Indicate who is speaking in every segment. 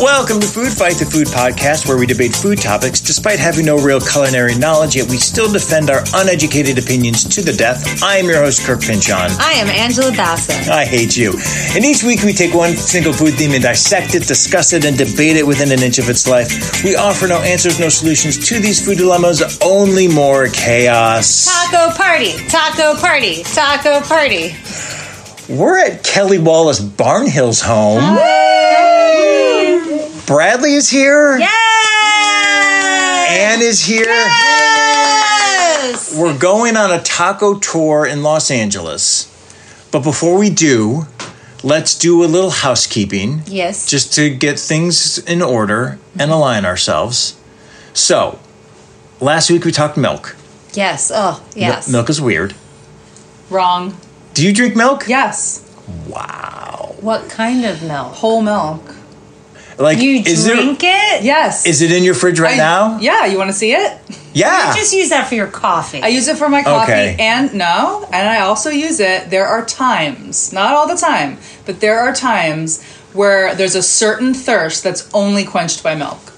Speaker 1: Welcome to Food Fight, the food podcast where we debate food topics despite having no real culinary knowledge, yet we still defend our uneducated opinions to the death. I am your host, Kirk Pinchon.
Speaker 2: I am Angela Bassett.
Speaker 1: I hate you. And each week we take one single food theme and dissect it, discuss it, and debate it within an inch of its life. We offer no answers, no solutions to these food dilemmas, only more chaos.
Speaker 2: Taco party, taco party, taco party.
Speaker 1: We're at Kelly Wallace Barnhill's home. Bradley is here.
Speaker 2: Yes!
Speaker 1: Ann is here.
Speaker 2: Yes!
Speaker 1: We're going on a taco tour in Los Angeles. But before we do, let's do a little housekeeping
Speaker 2: Yes.
Speaker 1: just to get things in order and align ourselves. So, last week we talked milk.
Speaker 2: yes. Oh,
Speaker 1: Mil-
Speaker 2: yes.
Speaker 1: milk is weird.
Speaker 3: Wrong.
Speaker 1: Do you drink milk?
Speaker 3: Yes.
Speaker 1: Wow.
Speaker 2: What kind of milk?
Speaker 3: Whole milk.
Speaker 1: Like
Speaker 2: You
Speaker 1: is
Speaker 2: drink it?
Speaker 3: Yes.
Speaker 1: there is it in your fridge right
Speaker 3: I-
Speaker 1: now?
Speaker 3: Yeah, you want to see it?
Speaker 1: Yeah.
Speaker 2: You just use that for your coffee.
Speaker 3: I use it for my coffee
Speaker 1: Okay.
Speaker 3: and no, and I also use it. There are times, not all the time, but there are times where there's a certain thirst that's only quenched by milk.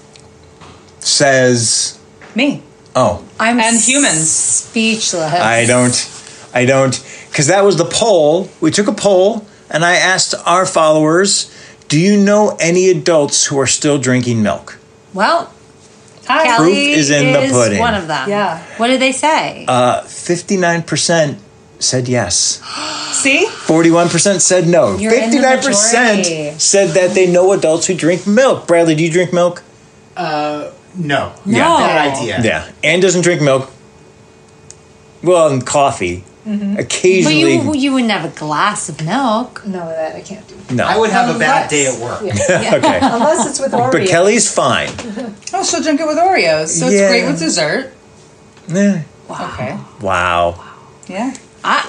Speaker 1: Says
Speaker 3: Me.
Speaker 1: Oh,
Speaker 2: I'm
Speaker 3: and humans.
Speaker 2: Speechless.
Speaker 1: I don't. I don't. Because that was the poll. We took a poll and I asked our followers do you know any adults who are still drinking milk?
Speaker 2: Well,
Speaker 3: Hi.
Speaker 2: Kelly
Speaker 1: is in the
Speaker 2: is
Speaker 1: pudding.
Speaker 2: One of them.
Speaker 3: Yeah.
Speaker 2: What did they say?
Speaker 1: Uh, 59% said yes,
Speaker 3: See?
Speaker 1: 41% said no,
Speaker 2: You're in the
Speaker 1: 59%
Speaker 2: majority.
Speaker 1: said that they know adults who drink milk. Bradley, do you drink milk?
Speaker 4: No.
Speaker 2: No.
Speaker 4: Bad idea.
Speaker 1: Yeah. Anne doesn't drink milk. Well, and coffee.
Speaker 2: Mm-hmm. but
Speaker 1: Occasionally.
Speaker 2: you, you wouldn't have a glass of milk.
Speaker 5: No, that I can't do.
Speaker 1: no.
Speaker 4: I would have a bad
Speaker 5: Unless-
Speaker 4: day at work.
Speaker 1: okay.
Speaker 5: Unless it's with Oreo.
Speaker 1: But Kelly's fine.
Speaker 3: Oh, she'll drink it with Oreos, so
Speaker 1: Yeah.
Speaker 3: it's great with dessert.
Speaker 1: Eh.
Speaker 3: Okay.
Speaker 1: Wow.
Speaker 3: Yeah.
Speaker 2: I,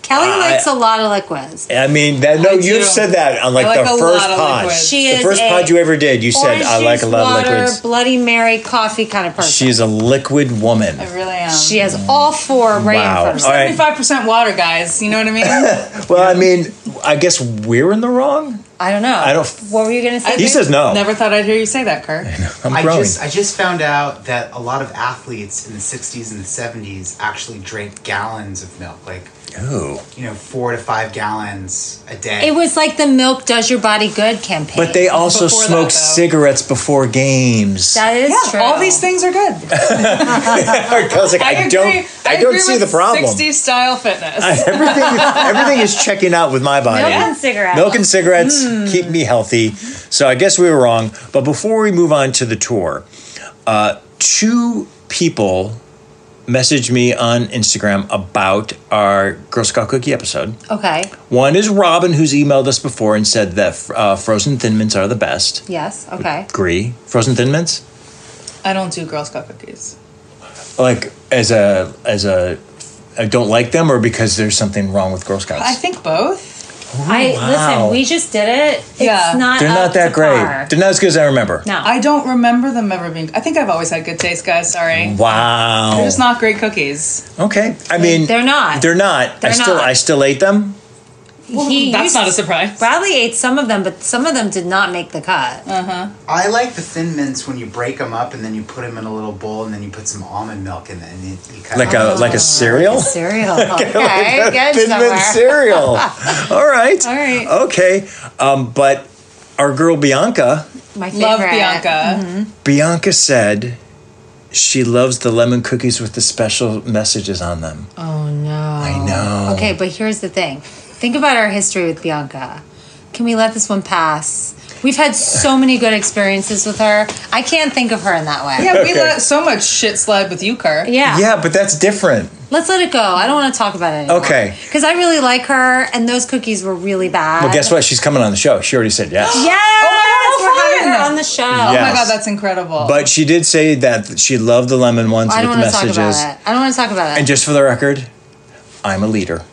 Speaker 2: Kelly
Speaker 1: I-
Speaker 2: likes a lot of liquids.
Speaker 1: I mean, that, no,
Speaker 3: I
Speaker 1: you've
Speaker 3: do.
Speaker 1: said that on like,
Speaker 3: I like
Speaker 1: the
Speaker 3: a
Speaker 1: first
Speaker 3: lot of
Speaker 1: pod.
Speaker 3: liquids.
Speaker 2: She
Speaker 1: the
Speaker 2: is
Speaker 1: first
Speaker 2: a
Speaker 1: pod you ever did, you said,
Speaker 2: Orange
Speaker 1: I like a
Speaker 2: juice,
Speaker 1: lot of
Speaker 2: water,
Speaker 1: liquids.
Speaker 2: Bloody Mary, coffee kind of person.
Speaker 1: She's a liquid woman.
Speaker 3: I really am.
Speaker 2: She has all four right
Speaker 1: Wow.
Speaker 2: in front of her.
Speaker 1: All right.
Speaker 3: 75% water, guys. You know what I mean?
Speaker 1: Well, I mean, I guess we're in the wrong.
Speaker 2: I don't know.
Speaker 1: I don't-
Speaker 2: What were you gonna say?
Speaker 1: He says no.
Speaker 3: Never thought I'd hear you say that, Kirk.
Speaker 1: I'm
Speaker 4: I
Speaker 1: growing.
Speaker 4: just I just found out that a lot of athletes in the 60s and the 70s actually drank gallons of milk, like
Speaker 1: Ooh.
Speaker 4: you know, four to five gallons a day.
Speaker 2: it was like the milk does your body good campaign.
Speaker 1: But they also
Speaker 3: Before that,
Speaker 1: smoke
Speaker 3: though.
Speaker 1: cigarettes before games.
Speaker 2: that is
Speaker 3: Yeah,
Speaker 2: true.
Speaker 3: all these things are good.
Speaker 1: I was like, I, don't, I don't
Speaker 3: agree
Speaker 1: see
Speaker 3: with
Speaker 1: the problem.
Speaker 3: 60 style fitness.
Speaker 1: everything, everything is checking out with my body.
Speaker 2: Milk and cigarettes. Hmm.
Speaker 1: Milk and cigarettes keep me healthy. So I guess we were wrong. But before we move on to the tour, uh, two people messaged me on Instagram about our Girl Scout cookie episode.
Speaker 2: okay.
Speaker 1: One is Robin, who's emailed us before and said that uh, frozen thin mints are the best.
Speaker 2: Yes. Okay.
Speaker 1: Agree. Frozen thin mints,
Speaker 3: I don't do Girl Scout cookies.
Speaker 1: like as a as a, I don't like them, or because there's something wrong with Girl Scouts.
Speaker 3: I think both.
Speaker 2: I
Speaker 1: wow.
Speaker 2: listen. We just did it. It's
Speaker 3: Yeah.
Speaker 2: not.
Speaker 1: They're
Speaker 2: up
Speaker 1: not that
Speaker 2: to
Speaker 1: great.
Speaker 2: par.
Speaker 1: They're not as good as I remember.
Speaker 2: No.
Speaker 3: I don't remember them ever being. I think I've always had good taste, guys. Sorry.
Speaker 1: Wow.
Speaker 3: They're just not great cookies.
Speaker 1: Okay. I mean,
Speaker 2: They're not.
Speaker 1: They're not. I
Speaker 2: They're
Speaker 1: still,
Speaker 2: not.
Speaker 1: I still ate them.
Speaker 2: he
Speaker 3: That's
Speaker 2: used-
Speaker 3: not a surprise.
Speaker 2: Bradley ate some of them, but some of them did not make the cut.
Speaker 1: Oh.
Speaker 4: I like the thin mints when you break them up and then you put them in a little bowl and then you put some almond milk in it and you, you cut
Speaker 1: Like
Speaker 4: it.
Speaker 1: a, like a cereal.
Speaker 2: Cereal. Okay. good
Speaker 1: Thin Mint
Speaker 2: somewhere.
Speaker 1: cereal. All right.
Speaker 2: All right.
Speaker 1: Okay. Um, but our girl Bianca,
Speaker 2: My favorite.
Speaker 3: Love Bianca.
Speaker 1: Mm-hmm. Bianca said she loves the lemon cookies with the special messages on them.
Speaker 2: Oh no.
Speaker 1: I know.
Speaker 2: Okay, but here's the thing. Think about our history with Bianca. Can we let this one pass? We've had so many good experiences with her. I can't think of her in that way.
Speaker 3: Yeah, we
Speaker 1: Okay.
Speaker 3: let so much shit slide with you, Kirk.
Speaker 2: Yeah.
Speaker 1: Yeah, but that's different.
Speaker 2: Let's let it go. I don't want to talk about it anymore.
Speaker 1: Okay.
Speaker 2: Because I really like her, and those cookies were really bad.
Speaker 1: Well, guess what? She's coming on the show. She already said yes.
Speaker 2: Yes!
Speaker 3: Oh my God, how
Speaker 2: we're having
Speaker 3: fun!
Speaker 2: her on the show.
Speaker 3: Oh my
Speaker 1: Yes.
Speaker 3: god, that's incredible.
Speaker 1: But she did say that she loved the lemon ones
Speaker 2: I don't
Speaker 1: with the
Speaker 2: want to talk
Speaker 1: messages.
Speaker 2: about it. I don't want to talk about it.
Speaker 1: And just for the record, I'm a leader.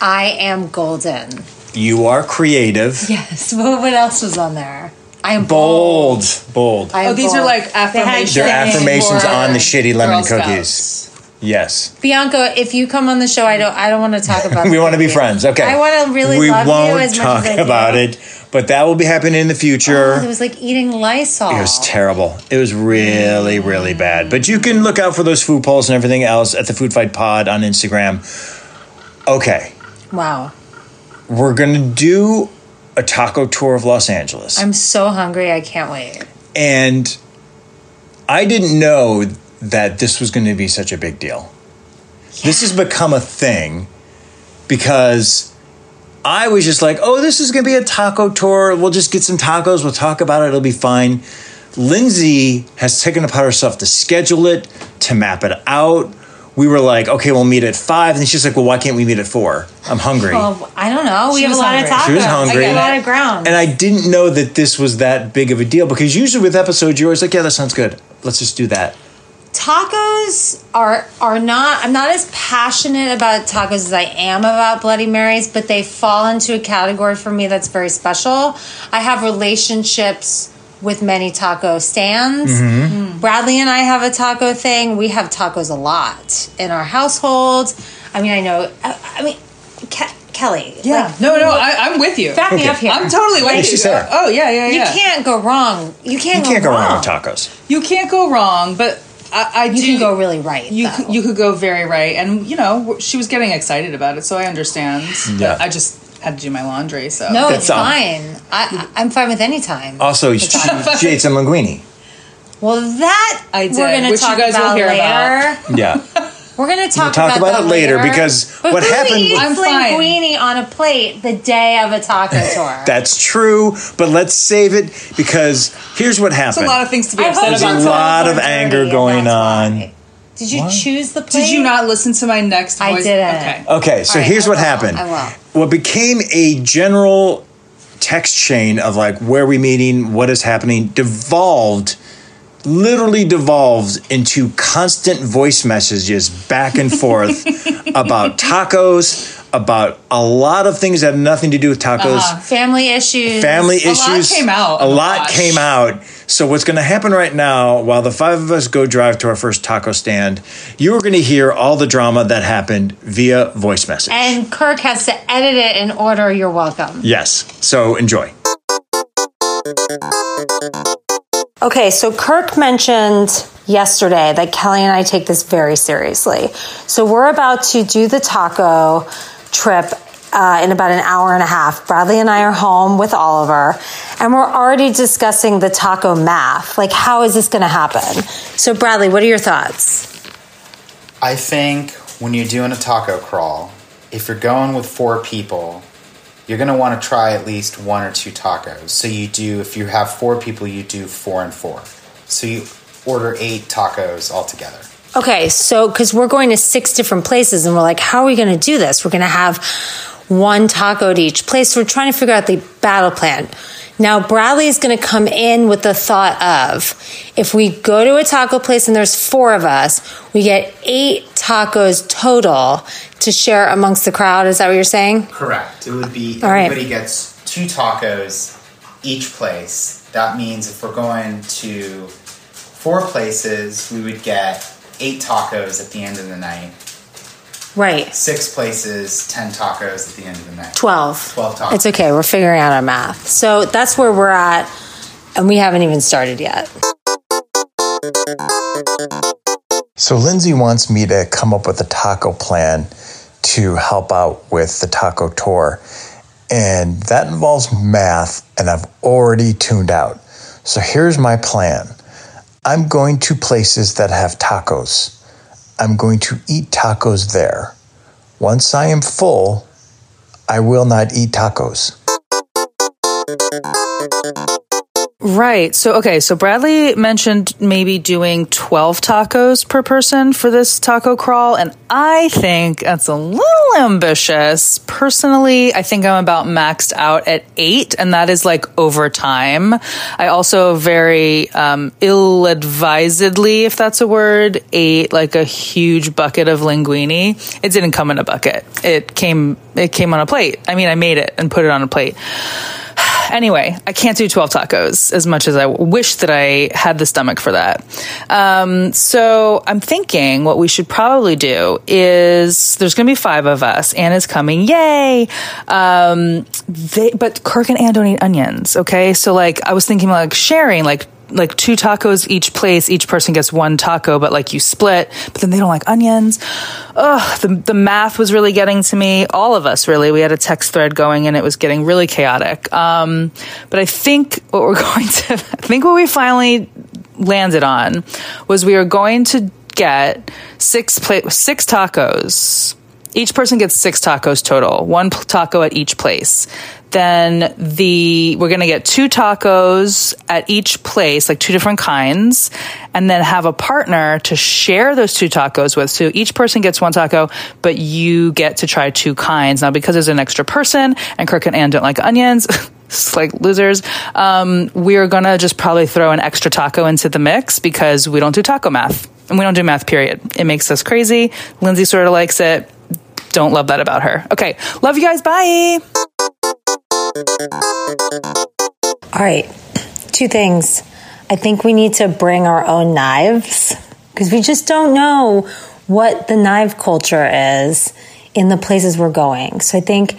Speaker 2: I am golden.
Speaker 1: You are creative.
Speaker 2: Yes. What, what else was on there? I am bold.
Speaker 1: Bold. Bold.
Speaker 2: I am
Speaker 3: oh, these are
Speaker 2: bold.
Speaker 3: like
Speaker 2: They had
Speaker 3: affirmations.
Speaker 1: They're
Speaker 2: things
Speaker 1: affirmations
Speaker 3: for
Speaker 1: on the shitty
Speaker 3: Girl
Speaker 1: lemon
Speaker 3: Scouts.
Speaker 1: cookies. Yes.
Speaker 2: Bianca, if you come on the show, I don't. I don't want to talk about.
Speaker 1: We
Speaker 2: the
Speaker 1: want to be
Speaker 2: movie.
Speaker 1: friends. Okay.
Speaker 2: I want to really.
Speaker 1: We
Speaker 2: love
Speaker 1: won't
Speaker 2: you as
Speaker 1: talk
Speaker 2: much as I
Speaker 1: about
Speaker 2: do. Oh,
Speaker 1: it, but that will be happening in the future.
Speaker 2: It was like eating Lysol.
Speaker 1: It was terrible. It was really, really bad. But you can look out for those food polls and everything else at the Food Fight Pod on Instagram. Okay,
Speaker 2: wow.
Speaker 1: we're gonna do a taco tour of Los Angeles,
Speaker 2: I'm so hungry. I can't wait.
Speaker 1: and I didn't know that this was going to be such a big deal. This has become a thing because I was just like, "Oh, this is going to be a taco tour. We'll just get some tacos. We'll talk about it. It'll be fine." Lindsay has taken upon herself to schedule it, to map it out. We were like, okay, we'll meet at five. And she's like, well, why can't we meet at four? I'm hungry.
Speaker 2: Well, I don't know. We
Speaker 3: She
Speaker 2: have a
Speaker 3: was
Speaker 2: lot of tacos.
Speaker 3: hungry.
Speaker 1: She was hungry.
Speaker 2: I got a lot of ground.
Speaker 1: And I didn't know that this was that big of a deal because usually with episodes, you're always like, yeah, that sounds good. Let's just do that.
Speaker 2: tacos are are not I'm not as passionate about tacos as I am about Bloody Marys, but they fall into a category for me that's very special. I have relationships with many taco stands.
Speaker 1: Mm-hmm.
Speaker 2: Mm. Bradley and I have a taco thing. We have tacos a lot in our household. I mean, I know. I, I mean, Ke- Kelly.
Speaker 3: Yeah.
Speaker 2: like,
Speaker 3: no, no, I, I'm with you.
Speaker 2: back me
Speaker 1: Okay.
Speaker 2: up here.
Speaker 3: I'm totally with
Speaker 1: Yeah,
Speaker 3: you.
Speaker 1: she's there.
Speaker 3: Oh yeah, yeah, yeah.
Speaker 2: You can't go wrong. You can't.
Speaker 1: You
Speaker 2: go
Speaker 1: can't go
Speaker 2: wrong.
Speaker 1: wrong with tacos.
Speaker 3: You can't go wrong, but I, I
Speaker 2: You
Speaker 3: do
Speaker 2: can go really right.
Speaker 3: You
Speaker 2: though.
Speaker 3: c- you could go very right, and you know she was getting excited about it, so I understand.
Speaker 1: Yeah.
Speaker 3: But I just had to do my laundry, so
Speaker 1: That's
Speaker 2: No,
Speaker 1: um, Uh,
Speaker 2: it's
Speaker 1: all.
Speaker 2: fine. I, I- I'm fine with any time.
Speaker 1: Also, she, she ate some linguine.
Speaker 2: Well, that
Speaker 3: I did,
Speaker 2: we're going to
Speaker 3: which you
Speaker 2: talk
Speaker 3: guys will
Speaker 2: about
Speaker 3: hear about.
Speaker 2: later.
Speaker 1: Yeah.
Speaker 2: We're going to talk,
Speaker 1: talk
Speaker 2: about,
Speaker 1: about
Speaker 2: that
Speaker 1: it later, because
Speaker 2: but
Speaker 1: what
Speaker 2: who
Speaker 1: happened
Speaker 2: Eats
Speaker 1: was-
Speaker 3: I'm fine.
Speaker 2: linguine on a plate the day of a taco tour.
Speaker 1: That's true, but let's save it because here's what
Speaker 3: it's a
Speaker 1: happened.
Speaker 3: lot of things to be
Speaker 2: I
Speaker 3: upset
Speaker 2: hope
Speaker 1: There's
Speaker 2: your
Speaker 1: a
Speaker 3: about.
Speaker 2: tacos
Speaker 3: so-
Speaker 1: lot
Speaker 2: are
Speaker 1: of
Speaker 2: dirty,
Speaker 1: anger
Speaker 2: and
Speaker 1: going
Speaker 2: that's
Speaker 1: on.
Speaker 2: why. Did you choose the plate?
Speaker 3: Did you not listen to my next?
Speaker 2: I
Speaker 3: voice?
Speaker 2: didn't.
Speaker 3: Okay.
Speaker 1: Okay, so
Speaker 2: All right,
Speaker 1: here's
Speaker 2: I
Speaker 1: what
Speaker 2: will.
Speaker 1: happened.
Speaker 2: I will.
Speaker 1: What became a general text chain of like where are we meeting, what is happening, devolved, literally devolved into constant voice messages back and forth about tacos, about a lot of things that have nothing to do with tacos.
Speaker 2: Uh-huh. Uh, Family issues.
Speaker 1: Family
Speaker 3: A lot
Speaker 1: issues.
Speaker 3: came out
Speaker 1: A
Speaker 3: in the
Speaker 1: lot
Speaker 3: wash.
Speaker 1: came out. So what's going to happen right now? While the five of us go drive to our first taco stand, you are going to hear all the drama that happened via voice message.
Speaker 2: And Kirk has to edit it in order. You're welcome.
Speaker 1: Yes. So enjoy.
Speaker 2: Okay, so Kirk mentioned yesterday that Kelly and I take this very seriously. So we're about to do the taco trip uh, in about an hour and a half. Bradley and I are home with Oliver, and we're already discussing the taco math. Like, how is this going to happen? So, Bradley, what are your thoughts?
Speaker 4: I think when you're doing a taco crawl, if you're going with four people, you're going to want to try at least one or two tacos. So you do, if you have four people, you do four and four. So you order eight tacos altogether.
Speaker 2: Okay, so because we're going to six different places, and we're like, how are we going to do this? We're going to have one taco at each place. We're trying to figure out the battle plan. Now, Bradley is going to come in with the thought of if we go to a taco place and there's four of us, we get eight tacos total to share amongst the crowd. Is that what you're saying?
Speaker 4: Correct. It would be
Speaker 2: All right.
Speaker 4: everybody gets two tacos each place. That means if we're going to four places, we would get eight tacos at the end of the night.
Speaker 2: Right.
Speaker 4: Six places, ten tacos at the end of the night.
Speaker 2: 12.
Speaker 4: 12 tacos.
Speaker 2: It's okay. We're figuring out our math. So that's where we're at, and we haven't even started yet.
Speaker 1: So Lindsay wants me to come up with a taco plan to help out with the taco tour. And that involves math, and I've already tuned out. So here's my plan I'm going to places that have tacos. I'm going to eat tacos there. Once I am full, I will not eat tacos.
Speaker 3: Right. So okay. So Bradley mentioned maybe doing twelve tacos per person for this taco crawl, and I think that's a little ambitious. Personally, I think I'm about maxed out at eight, and that is like over time. I also very um, ill-advisedly, if that's a word, ate like a huge bucket of linguine. It didn't come in a bucket. It came. It came on a plate. I mean, I made it and put it on a plate. anyway, I can't do 12 tacos as much as I wish that I had the stomach for that. Um, so I'm thinking what we should probably do is there's going to be five of us. Anna's coming. Yay. Um, they, but Kirk and Ann don't eat onions. Okay. So like I was thinking like sharing, like like two tacos each place. Each person gets one taco, but like you split. But then they don't like onions. Ugh, the the math was really getting to me. All of us really. We had a text thread going, and it was getting really chaotic. Um, but I think what we're going to, I think what we finally landed on was we are going to get six plate six tacos. Each person gets six tacos total, one p- taco at each place then the we're going to get two tacos at each place like two different kinds and then have a partner to share those two tacos with so each person gets one taco but you get to try two kinds now because there's an extra person and kirk and ann don't like onions it's like losers um, we're going to just probably throw an extra taco into the mix because we don't do taco math and we don't do math period it makes us crazy lindsay sort of likes it don't love that about her okay love you guys bye
Speaker 2: All right, two things. I think we need to bring our own knives because we just don't know what the knife culture is in the places we're going. So I think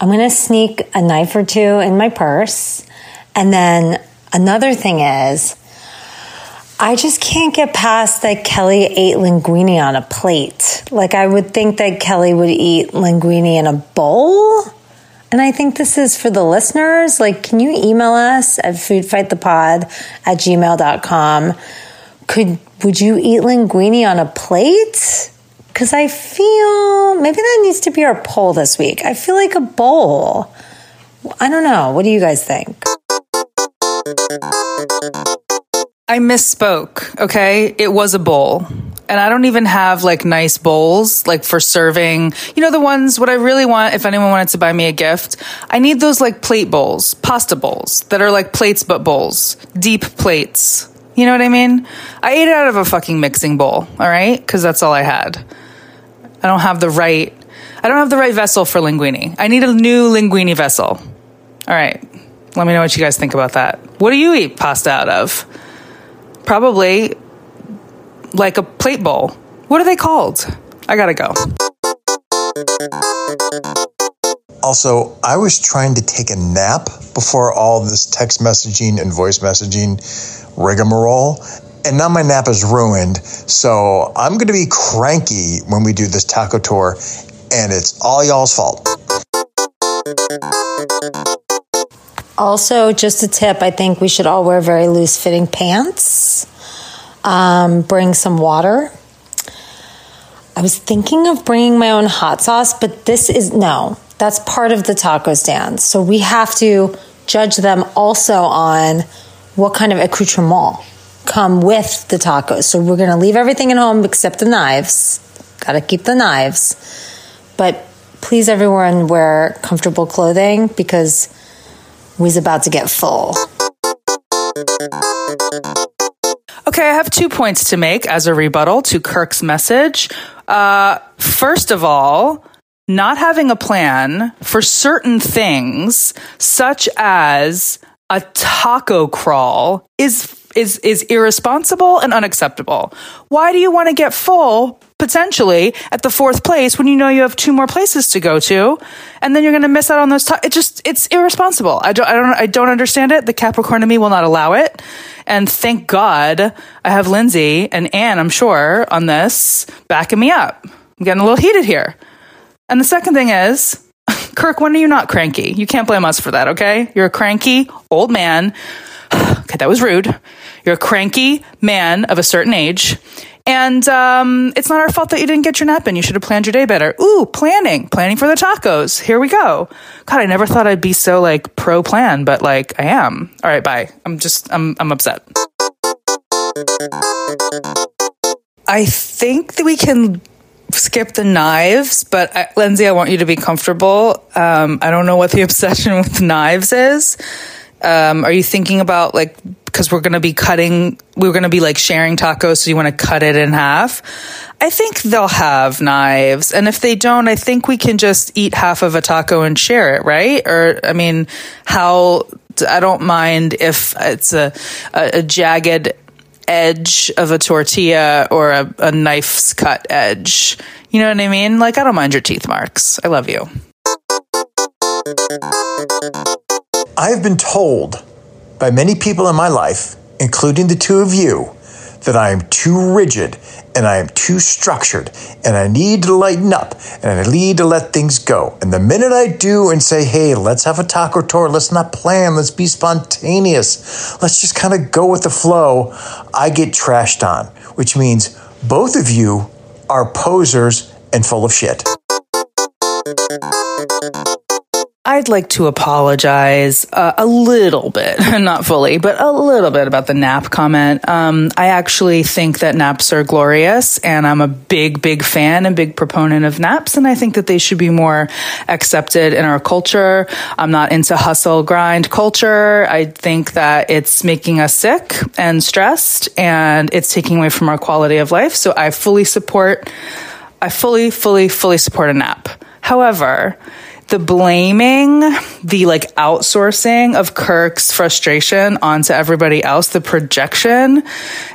Speaker 2: I'm going to sneak a knife or two in my purse. And then another thing is, I just can't get past that Kelly ate linguine on a plate. Like, I would think that Kelly would eat linguine in a bowl. And I think this is for the listeners. Like, can you email us at foodfightthepod at gmail.com? Could, would you eat linguine on a plate? Because I feel maybe that needs to be our poll this week. I feel like a bowl. I don't know. What do you guys think?
Speaker 3: I misspoke, okay? It was a bowl. And I don't even have like nice bowls, like for serving, you know, the ones, what I really want, if anyone wanted to buy me a gift, I need those like plate bowls, pasta bowls that are like plates but bowls, deep plates. You know what I mean? I ate it out of a fucking mixing bowl, all right? Cause that's all I had. I don't have the right, I don't have the right vessel for linguine. I need a new linguine vessel. All right. Let me know what you guys think about that. What do you eat pasta out of? probably like a plate bowl. What are they called? I gotta go.
Speaker 5: Also, I was trying to take a nap before all this text messaging and voice messaging rigmarole, and now my nap is ruined. So I'm gonna be cranky when we do this taco tour, and it's all y'all's fault.
Speaker 2: Also, just a tip I think we should all wear very loose fitting pants. Um, bring some water. I was thinking of bringing my own hot sauce, but this is no, that's part of the taco stand. So we have to judge them also on what kind of accoutrement come with the tacos. So we're going to leave everything at home except the knives. Got to keep the knives. But please, everyone, wear comfortable clothing because we's about to get full.
Speaker 3: Okay, I have two points to make as a rebuttal to Kirk's message. Uh, first of all, not having a plan for certain things, such as a taco crawl, is is is irresponsible and unacceptable. Why do you want to get full potentially at the fourth place when you know you have two more places to go to, and then you're going to miss out on those? Ta- it just it's irresponsible. I don't I don't I don't understand it. The Capricorn in me will not allow it. And thank God I have Lindsay and Anne. I'm sure on this backing me up. I'm getting a little heated here. And the second thing is. Kirk, when are you not cranky? You can't blame us for that, okay? You're a cranky old man okay, that was rude. You're a cranky man of a certain age. And um, it's not our fault that you didn't get your nap in. You should have planned your day better. Ooh, planning, planning for the tacos. Here we go. God, I never thought I'd be so like pro plan, but like I am. All right, bye. I'm just, I'm, I'm upset. I think that we can skip the knives, but I, Lindsay, I want you to be comfortable. Um, I don't know what the obsession with knives is. Um, are you thinking about like because we're going to be cutting, we're going to be like sharing tacos. So you want to cut it in half. I think they'll have knives. And if they don't, I think we can just eat half of a taco and share it, right? Or, I mean, how, I don't mind if it's a, a, a jagged edge of a tortilla or a, a knife's cut edge. You know what I mean? Like, I don't mind your teeth marks. I love you.
Speaker 5: I've been told by many people in my life, including the two of you, that I am too rigid and I am too structured and I need to lighten up and I need to let things go. And the minute I do and say, hey, let's have a taco tour, let's not plan, let's be spontaneous, let's just kind of go with the flow, I get trashed on, which means both of you are posers and full of shit.
Speaker 3: I'd like to apologize uh, a little bit, not fully, but a little bit about the nap comment. Um, I actually think that naps are glorious, and I'm a big, big fan and big proponent of naps, and I think that they should be more accepted in our culture. I'm not into hustle grind culture. I think that it's making us sick and stressed, and it's taking away from our quality of life. So I fully support, I fully, fully, fully support a nap. However, the blaming, the like outsourcing of Kirk's frustration onto everybody else, the projection.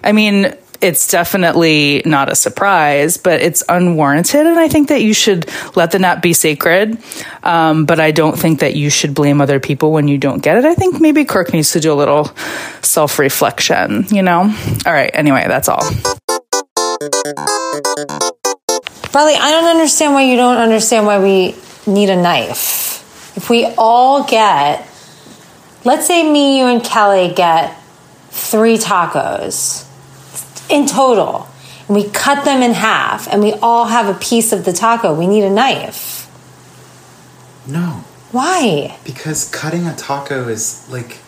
Speaker 3: I mean, it's definitely not a surprise, but it's unwarranted. And I think that you should let the nap be sacred. Um, but I don't think that you should blame other people when you don't get it. I think maybe Kirk needs to do a little self reflection, you know? All right. Anyway, that's all.
Speaker 2: Bradley, I don't understand why you don't understand why we need a knife. If we all get, let's say me, you, and Kelly get three tacos in total, and we cut them in half, and we all have a piece of the taco, we need a knife.
Speaker 4: No,
Speaker 2: Why?
Speaker 4: because cutting a taco is like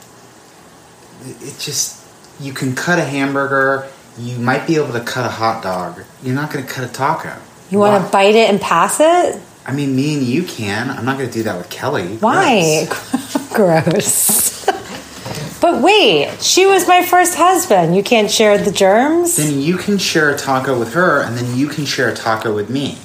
Speaker 4: it it just you can cut a hamburger. You might be able to cut a hot dog. You're not going to cut a taco.
Speaker 2: You want
Speaker 4: Why?
Speaker 2: to bite it and pass it?
Speaker 4: I mean, me and you can. I'm not going to do that with Kelly.
Speaker 2: Why?
Speaker 4: Gross.
Speaker 2: Gross. but wait, she was my first husband. You can't share the germs?
Speaker 4: Then you can share a taco with her, and then you can share a taco with me.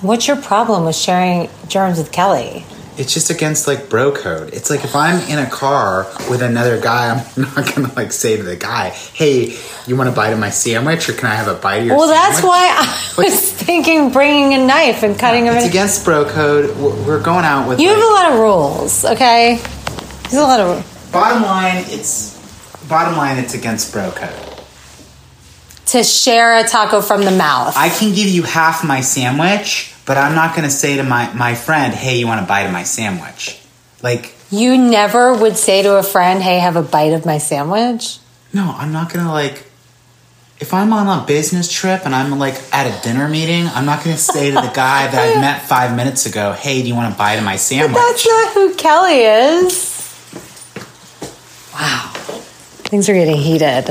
Speaker 2: What's your problem with sharing germs with Kelly?
Speaker 4: It's just against like bro code. It's like if I'm in a car with another guy, I'm not gonna like say to the guy, "Hey, you want a bite of my sandwich, or can I have a bite of your?"
Speaker 2: Well, that's
Speaker 4: sandwich?"
Speaker 2: why I was thinking bringing a knife and cutting them
Speaker 4: It's
Speaker 2: in.
Speaker 4: against bro code. We're we're going out with.
Speaker 2: You have
Speaker 4: like-
Speaker 2: a lot of rules, okay? There's a lot of
Speaker 4: bottom line, it's bottom line. It's against bro code.
Speaker 2: to share a taco from the mouth.
Speaker 4: I can give you half my sandwich, but I'm not gonna say to my my friend, "Hey, you want a bite of my sandwich?" Like,
Speaker 2: you never would say to a friend, "Hey, have a bite of my sandwich."
Speaker 4: no, I'm not gonna like. If I'm on a business trip and I'm like at a dinner meeting, I'm not gonna say to the guy that I met five minutes ago, "Hey, do you want a bite of my sandwich?"
Speaker 2: That's not who Kelly is. Wow. Things are getting heated.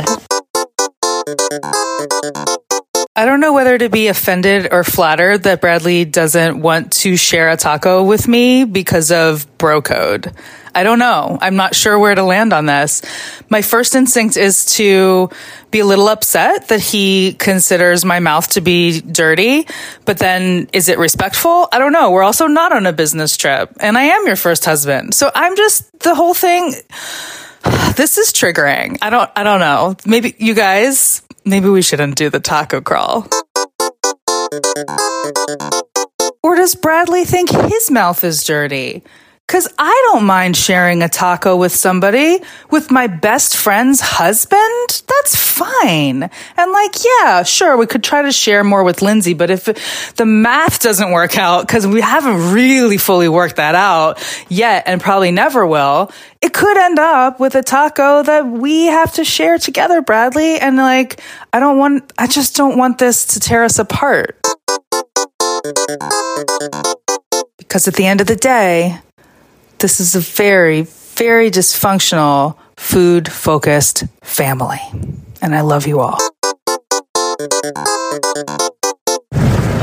Speaker 3: I don't know whether to be offended or flattered that Bradley doesn't want to share a taco with me because of bro code. I don't know. I'm not sure where to land on this. My first instinct is to be a little upset that he considers my mouth to be dirty, but then is it respectful? I don't know. We're also not on a business trip, and I am your first husband. So I'm just the whole thing this is triggering. I don't I don't know. Maybe you guys, maybe we shouldn't do the taco crawl. Or does Bradley think his mouth is dirty? Cuz I don't mind sharing a taco with somebody, with my best friend's husband. That's fine. And like, yeah, sure, we could try to share more with Lindsay, but if the math doesn't work out cuz we haven't really fully worked that out yet and probably never will, it could end up with a taco that we have to share together, Bradley, and like I don't want I just don't want this to tear us apart. Because at the end of the day, this is a very, very dysfunctional, food focused family. And I love you all.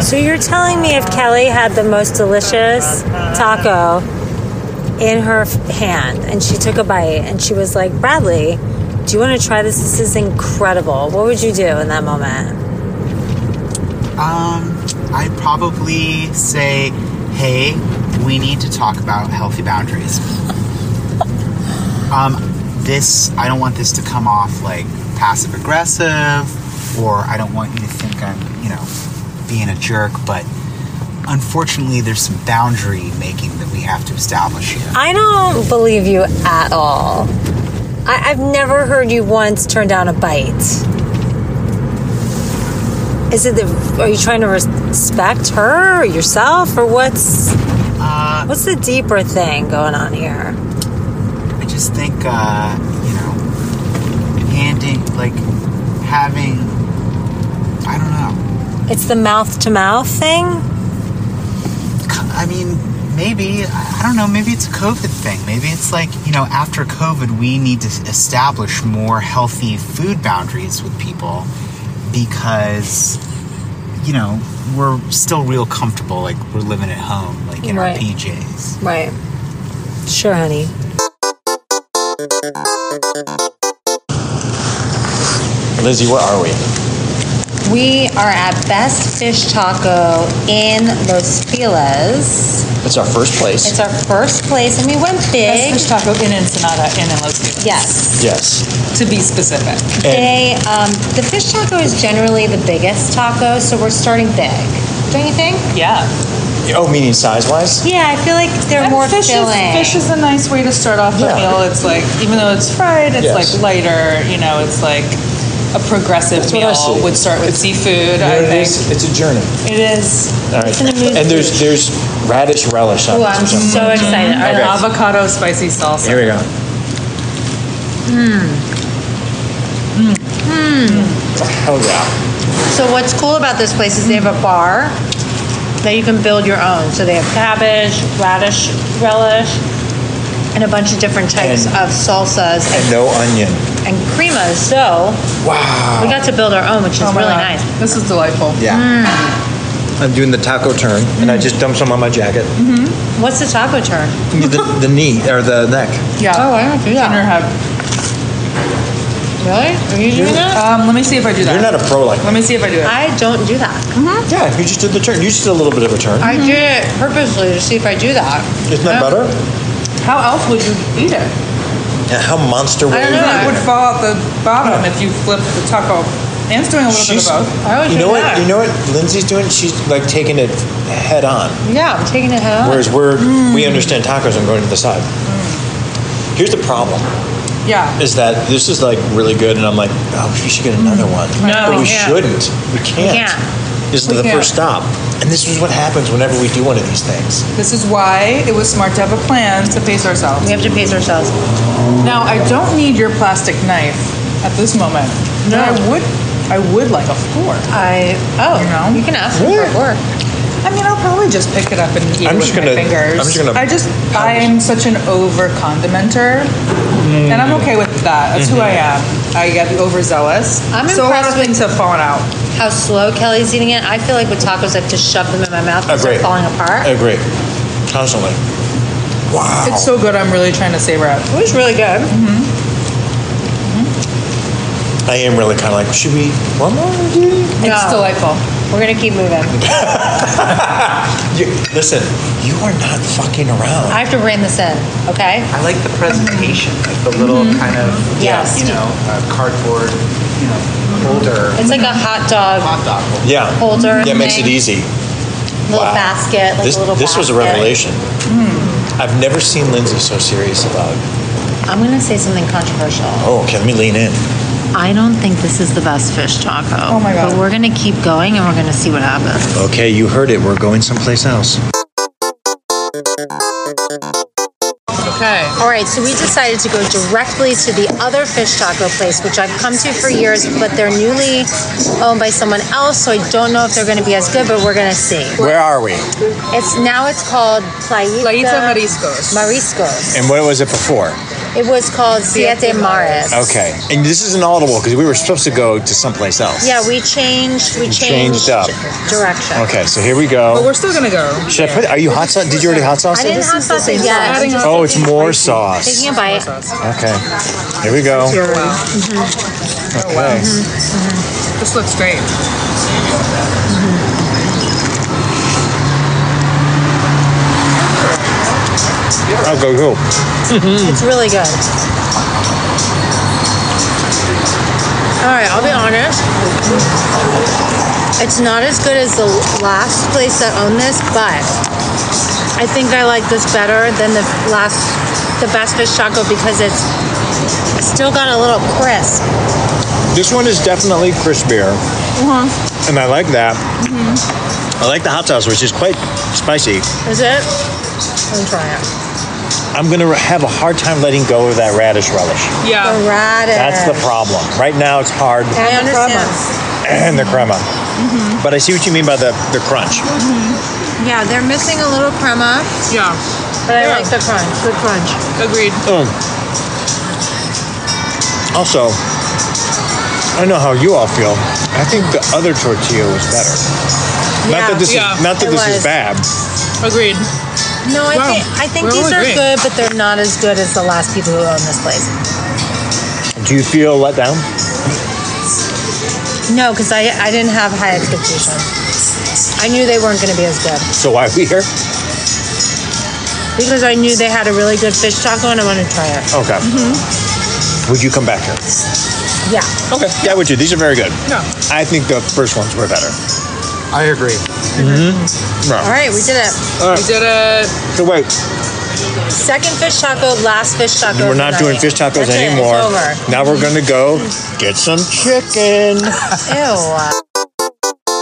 Speaker 2: So you're telling me if Kelly had the most delicious taco in her f- hand and she took a bite and she was like, Bradley,
Speaker 6: Do you want to try this? This is incredible. What would you do in that moment?
Speaker 4: Um, I'd probably say, hey, we need to talk about healthy boundaries. um, this, I don't want this to come off like passive aggressive, or I don't want you to think I'm, you know, being a jerk, but unfortunately, there's some boundary making that we have to establish here.
Speaker 6: I don't believe you at all. I, I've never heard you once turn down a bite. Is it the? Are you trying to respect her or yourself, or what's what's the deeper thing going on here?
Speaker 4: I just think, uh, you know, handing, like, having, I don't know.
Speaker 6: It's the mouth to mouth thing.
Speaker 4: I mean, maybe I I don't know. Maybe it's a COVID thing. Maybe it's like you know, after COVID, we need to establish more healthy food boundaries with people because you know we're still real comfortable. Like we're living at home, like in
Speaker 6: Right.
Speaker 4: our PJs.
Speaker 6: Right. Sure, honey.
Speaker 1: Lizzie, where are we?
Speaker 2: We are at Best Fish Taco in Los Feliz.
Speaker 1: It's our first place.
Speaker 2: It's our first place, and we went
Speaker 3: Best
Speaker 2: big.
Speaker 3: fish taco in Ensenada and in Los Feliz,
Speaker 2: Yes.
Speaker 1: yes.
Speaker 3: to be specific.
Speaker 2: They um, the fish taco is generally the biggest taco, so we're starting big. Don't you think?
Speaker 3: Yeah.
Speaker 1: Oh, meaning size wise?
Speaker 2: Yeah, I feel like they're more
Speaker 3: fish
Speaker 2: filling.
Speaker 3: Is, fish is a nice way to start off the
Speaker 1: Yeah.
Speaker 3: meal. It's like even though it's fried, it's
Speaker 1: Yes.
Speaker 3: like lighter. You know, it's like a progressive
Speaker 1: That's what I
Speaker 3: meal.
Speaker 1: see.
Speaker 3: Would start with seafood.
Speaker 1: You know
Speaker 3: I
Speaker 1: what it
Speaker 3: think
Speaker 1: is? It's a journey.
Speaker 3: it is.
Speaker 1: All right.
Speaker 2: It's an amazing
Speaker 1: and there's
Speaker 2: food.
Speaker 1: there's radish relish on
Speaker 2: Ooh,
Speaker 1: this.
Speaker 2: I'm
Speaker 1: which
Speaker 2: so excited.
Speaker 3: An
Speaker 1: Okay.
Speaker 3: avocado spicy salsa.
Speaker 1: Here we go. Oh yeah.
Speaker 2: So what's cool about this place is they have a bar that you can build your own. So they have cabbage, radish, relish, and a bunch of different types
Speaker 1: And-
Speaker 2: of salsas and,
Speaker 1: And no onion.
Speaker 2: and cremas. So
Speaker 1: Wow.
Speaker 2: we got to build our own, which is
Speaker 3: Oh my
Speaker 2: really
Speaker 3: God.
Speaker 2: nice.
Speaker 3: This is delightful.
Speaker 1: Yeah. I'm doing the taco turn, and I just dumped some on my jacket.
Speaker 2: What's the taco turn?
Speaker 1: the, the knee or the neck.
Speaker 3: Yeah.
Speaker 2: Oh, I don't do that.
Speaker 3: Dinner have-
Speaker 2: Really? Are you doing that?
Speaker 3: Um, let me see if I do that.
Speaker 1: You're not a pro like
Speaker 3: let me see if I do it.
Speaker 2: I don't do that.
Speaker 1: Yeah, you just did the turn. You just did a little bit of a turn.
Speaker 2: I did it purposely to see if I do that.
Speaker 1: Isn't that better?
Speaker 3: How else would you eat it?
Speaker 1: Yeah, how monster
Speaker 2: I
Speaker 1: wave.
Speaker 2: don't know.
Speaker 3: It would fall out the bottom if you flipped the taco. Anne's doing a little
Speaker 1: She's,
Speaker 3: bit of both.
Speaker 2: I always
Speaker 1: you know
Speaker 2: do
Speaker 1: what?
Speaker 2: that.
Speaker 1: You know what Lindsay's doing? She's like taking it head on.
Speaker 2: Yeah, I'm taking it home.
Speaker 1: Whereas we're
Speaker 2: Mm.
Speaker 1: we understand tacos and going to the side. Here's the problem:
Speaker 3: Yeah.
Speaker 1: is that this is like really good, and I'm like, oh, we should get another one.
Speaker 2: Mm. No,
Speaker 1: but we
Speaker 2: we can't.
Speaker 1: shouldn't. We can't. This is
Speaker 3: We
Speaker 1: the
Speaker 3: Oh, can't.
Speaker 1: first stop, and this is what happens whenever we do one of these things.
Speaker 3: This is why it was smart to have a plan to pace ourselves.
Speaker 2: We have to pace ourselves.
Speaker 3: Now I don't need your plastic knife at this moment. No, I would. I would like a fork.
Speaker 2: I oh,
Speaker 3: You know?
Speaker 2: you can ask them for work.
Speaker 3: I mean, I'll probably just pick it up and eat
Speaker 1: I'm
Speaker 3: it
Speaker 1: just
Speaker 3: with
Speaker 1: gonna-
Speaker 3: my fingers.
Speaker 1: I'm just gonna-
Speaker 3: I just. I am such an over condimenter, and I'm okay with that. That's who I am. I get overzealous.
Speaker 2: I'm
Speaker 3: so a lot of
Speaker 2: impressed with-
Speaker 3: things have fallen out.
Speaker 2: How slow Kelly's eating it. I feel like with tacos, I have to shove them in my mouth because
Speaker 1: Agree.
Speaker 2: they're falling apart.
Speaker 1: Agree. Constantly. Wow.
Speaker 3: It's so good. I'm really trying to savor it.
Speaker 2: It was really good.
Speaker 1: Mm-hmm. I am really kind of like, should we one more? dude?
Speaker 3: It's
Speaker 2: No.
Speaker 3: delightful.
Speaker 2: We're gonna keep moving.
Speaker 1: You, listen, you are not fucking around.
Speaker 2: I have to rein this in, okay?
Speaker 4: I like the presentation, like the little kind of
Speaker 2: Yes.
Speaker 4: you know uh, cardboard, you know, holder
Speaker 2: It's like a hot dog
Speaker 4: hot dog. holder.
Speaker 1: yeah.
Speaker 2: holder.
Speaker 1: Yeah, it makes it
Speaker 2: thing.
Speaker 1: easy.
Speaker 2: Little
Speaker 1: Wow.
Speaker 2: basket. Like
Speaker 1: This
Speaker 2: a little
Speaker 1: this was a
Speaker 2: basket.
Speaker 1: revelation.
Speaker 3: Hmm.
Speaker 1: I've never seen Lindsay so serious about.
Speaker 2: I'm gonna say something controversial.
Speaker 1: Oh, okay, let me lean in.
Speaker 2: I don't think this is the best fish taco.
Speaker 3: Oh my God.
Speaker 2: But we're gonna keep going and we're gonna see what happens.
Speaker 1: Okay, you heard it. We're going someplace else.
Speaker 3: Okay.
Speaker 2: All right, so we decided to go directly to the other fish taco place, which I've come to for years, but they're newly owned by someone else, so I don't know if they're going to be as good, but we're going to see.
Speaker 1: Where are we?
Speaker 2: It's now it's called Playita,
Speaker 3: Laita mariscos.
Speaker 2: Mariscos.
Speaker 1: And what was it before?
Speaker 2: It was called Siete Mares.
Speaker 1: Okay. And this is an audible because we were supposed to go to someplace else.
Speaker 2: Yeah, we changed. We changed,
Speaker 1: changed up.
Speaker 2: direction.
Speaker 1: Okay, so here we
Speaker 3: But
Speaker 1: go.
Speaker 3: we're still gonna go.
Speaker 1: Should I put? Are you hot sauce? Did you already hot sauce
Speaker 2: I
Speaker 1: it?
Speaker 2: didn't have
Speaker 3: the
Speaker 2: sauce
Speaker 3: same-
Speaker 2: yet.
Speaker 3: so adding
Speaker 2: I'm just
Speaker 3: on-
Speaker 1: Oh, it's more sauce.
Speaker 2: taking a bite.
Speaker 1: Okay. Here we go.
Speaker 3: Oh, wow.
Speaker 2: Oh,
Speaker 1: Okay.
Speaker 2: Mm-hmm.
Speaker 3: This looks great.
Speaker 1: I'll Oh, go go.
Speaker 2: It's really good. All right, I'll be honest. It's not as good as the last place that owned this, but I think I like this better than the last, the best fish taco because it's still got a little crisp.
Speaker 1: This one is definitely crispier.
Speaker 3: Uh-huh.
Speaker 1: And I like that.
Speaker 3: Mm-hmm.
Speaker 1: I like the hot sauce, which is quite spicy.
Speaker 2: Is it? Let me try it.
Speaker 1: I'm gonna have a hard time letting go of that radish relish.
Speaker 3: Yeah.
Speaker 2: The radish.
Speaker 1: That's the problem. Right now, it's hard
Speaker 2: I understand.
Speaker 1: and the crema. But I see what you mean by the the crunch.
Speaker 2: Yeah, they're missing a little crema,
Speaker 3: Yeah.
Speaker 2: but I
Speaker 3: Yeah.
Speaker 2: like the crunch. Good crunch.
Speaker 3: Agreed.
Speaker 1: Mm. Also, I know how you all feel. I think the other tortilla was better. not that this
Speaker 3: Yeah.
Speaker 1: is not that
Speaker 2: It
Speaker 1: this is
Speaker 2: was.
Speaker 1: bad.
Speaker 3: Agreed.
Speaker 2: No, I
Speaker 3: Wow.
Speaker 2: think I think
Speaker 3: We're
Speaker 2: these
Speaker 3: all
Speaker 2: are
Speaker 3: agreeing.
Speaker 2: good, but they're not as good as the last people who own this place.
Speaker 1: Do you feel let down?
Speaker 2: No, because I I didn't have high expectations. I knew they weren't going to be as good
Speaker 1: So why are we here?
Speaker 2: because I knew they had a really good fish taco and I wanted to try it.
Speaker 1: Okay. Would you come back here?
Speaker 2: Yeah,
Speaker 1: Okay. Yeah, I would you? These are very good.
Speaker 3: Yeah.
Speaker 1: I think the first ones were better.
Speaker 4: I agree.
Speaker 2: all right, we did it.
Speaker 3: We did it.
Speaker 1: So wait,
Speaker 2: Second fish taco, last fish taco.
Speaker 1: we're not
Speaker 2: of the
Speaker 1: doing
Speaker 2: night.
Speaker 1: fish tacos
Speaker 2: That's it, it's Mm-hmm.
Speaker 1: anymore. Now we're gonna go get some chicken.
Speaker 2: over.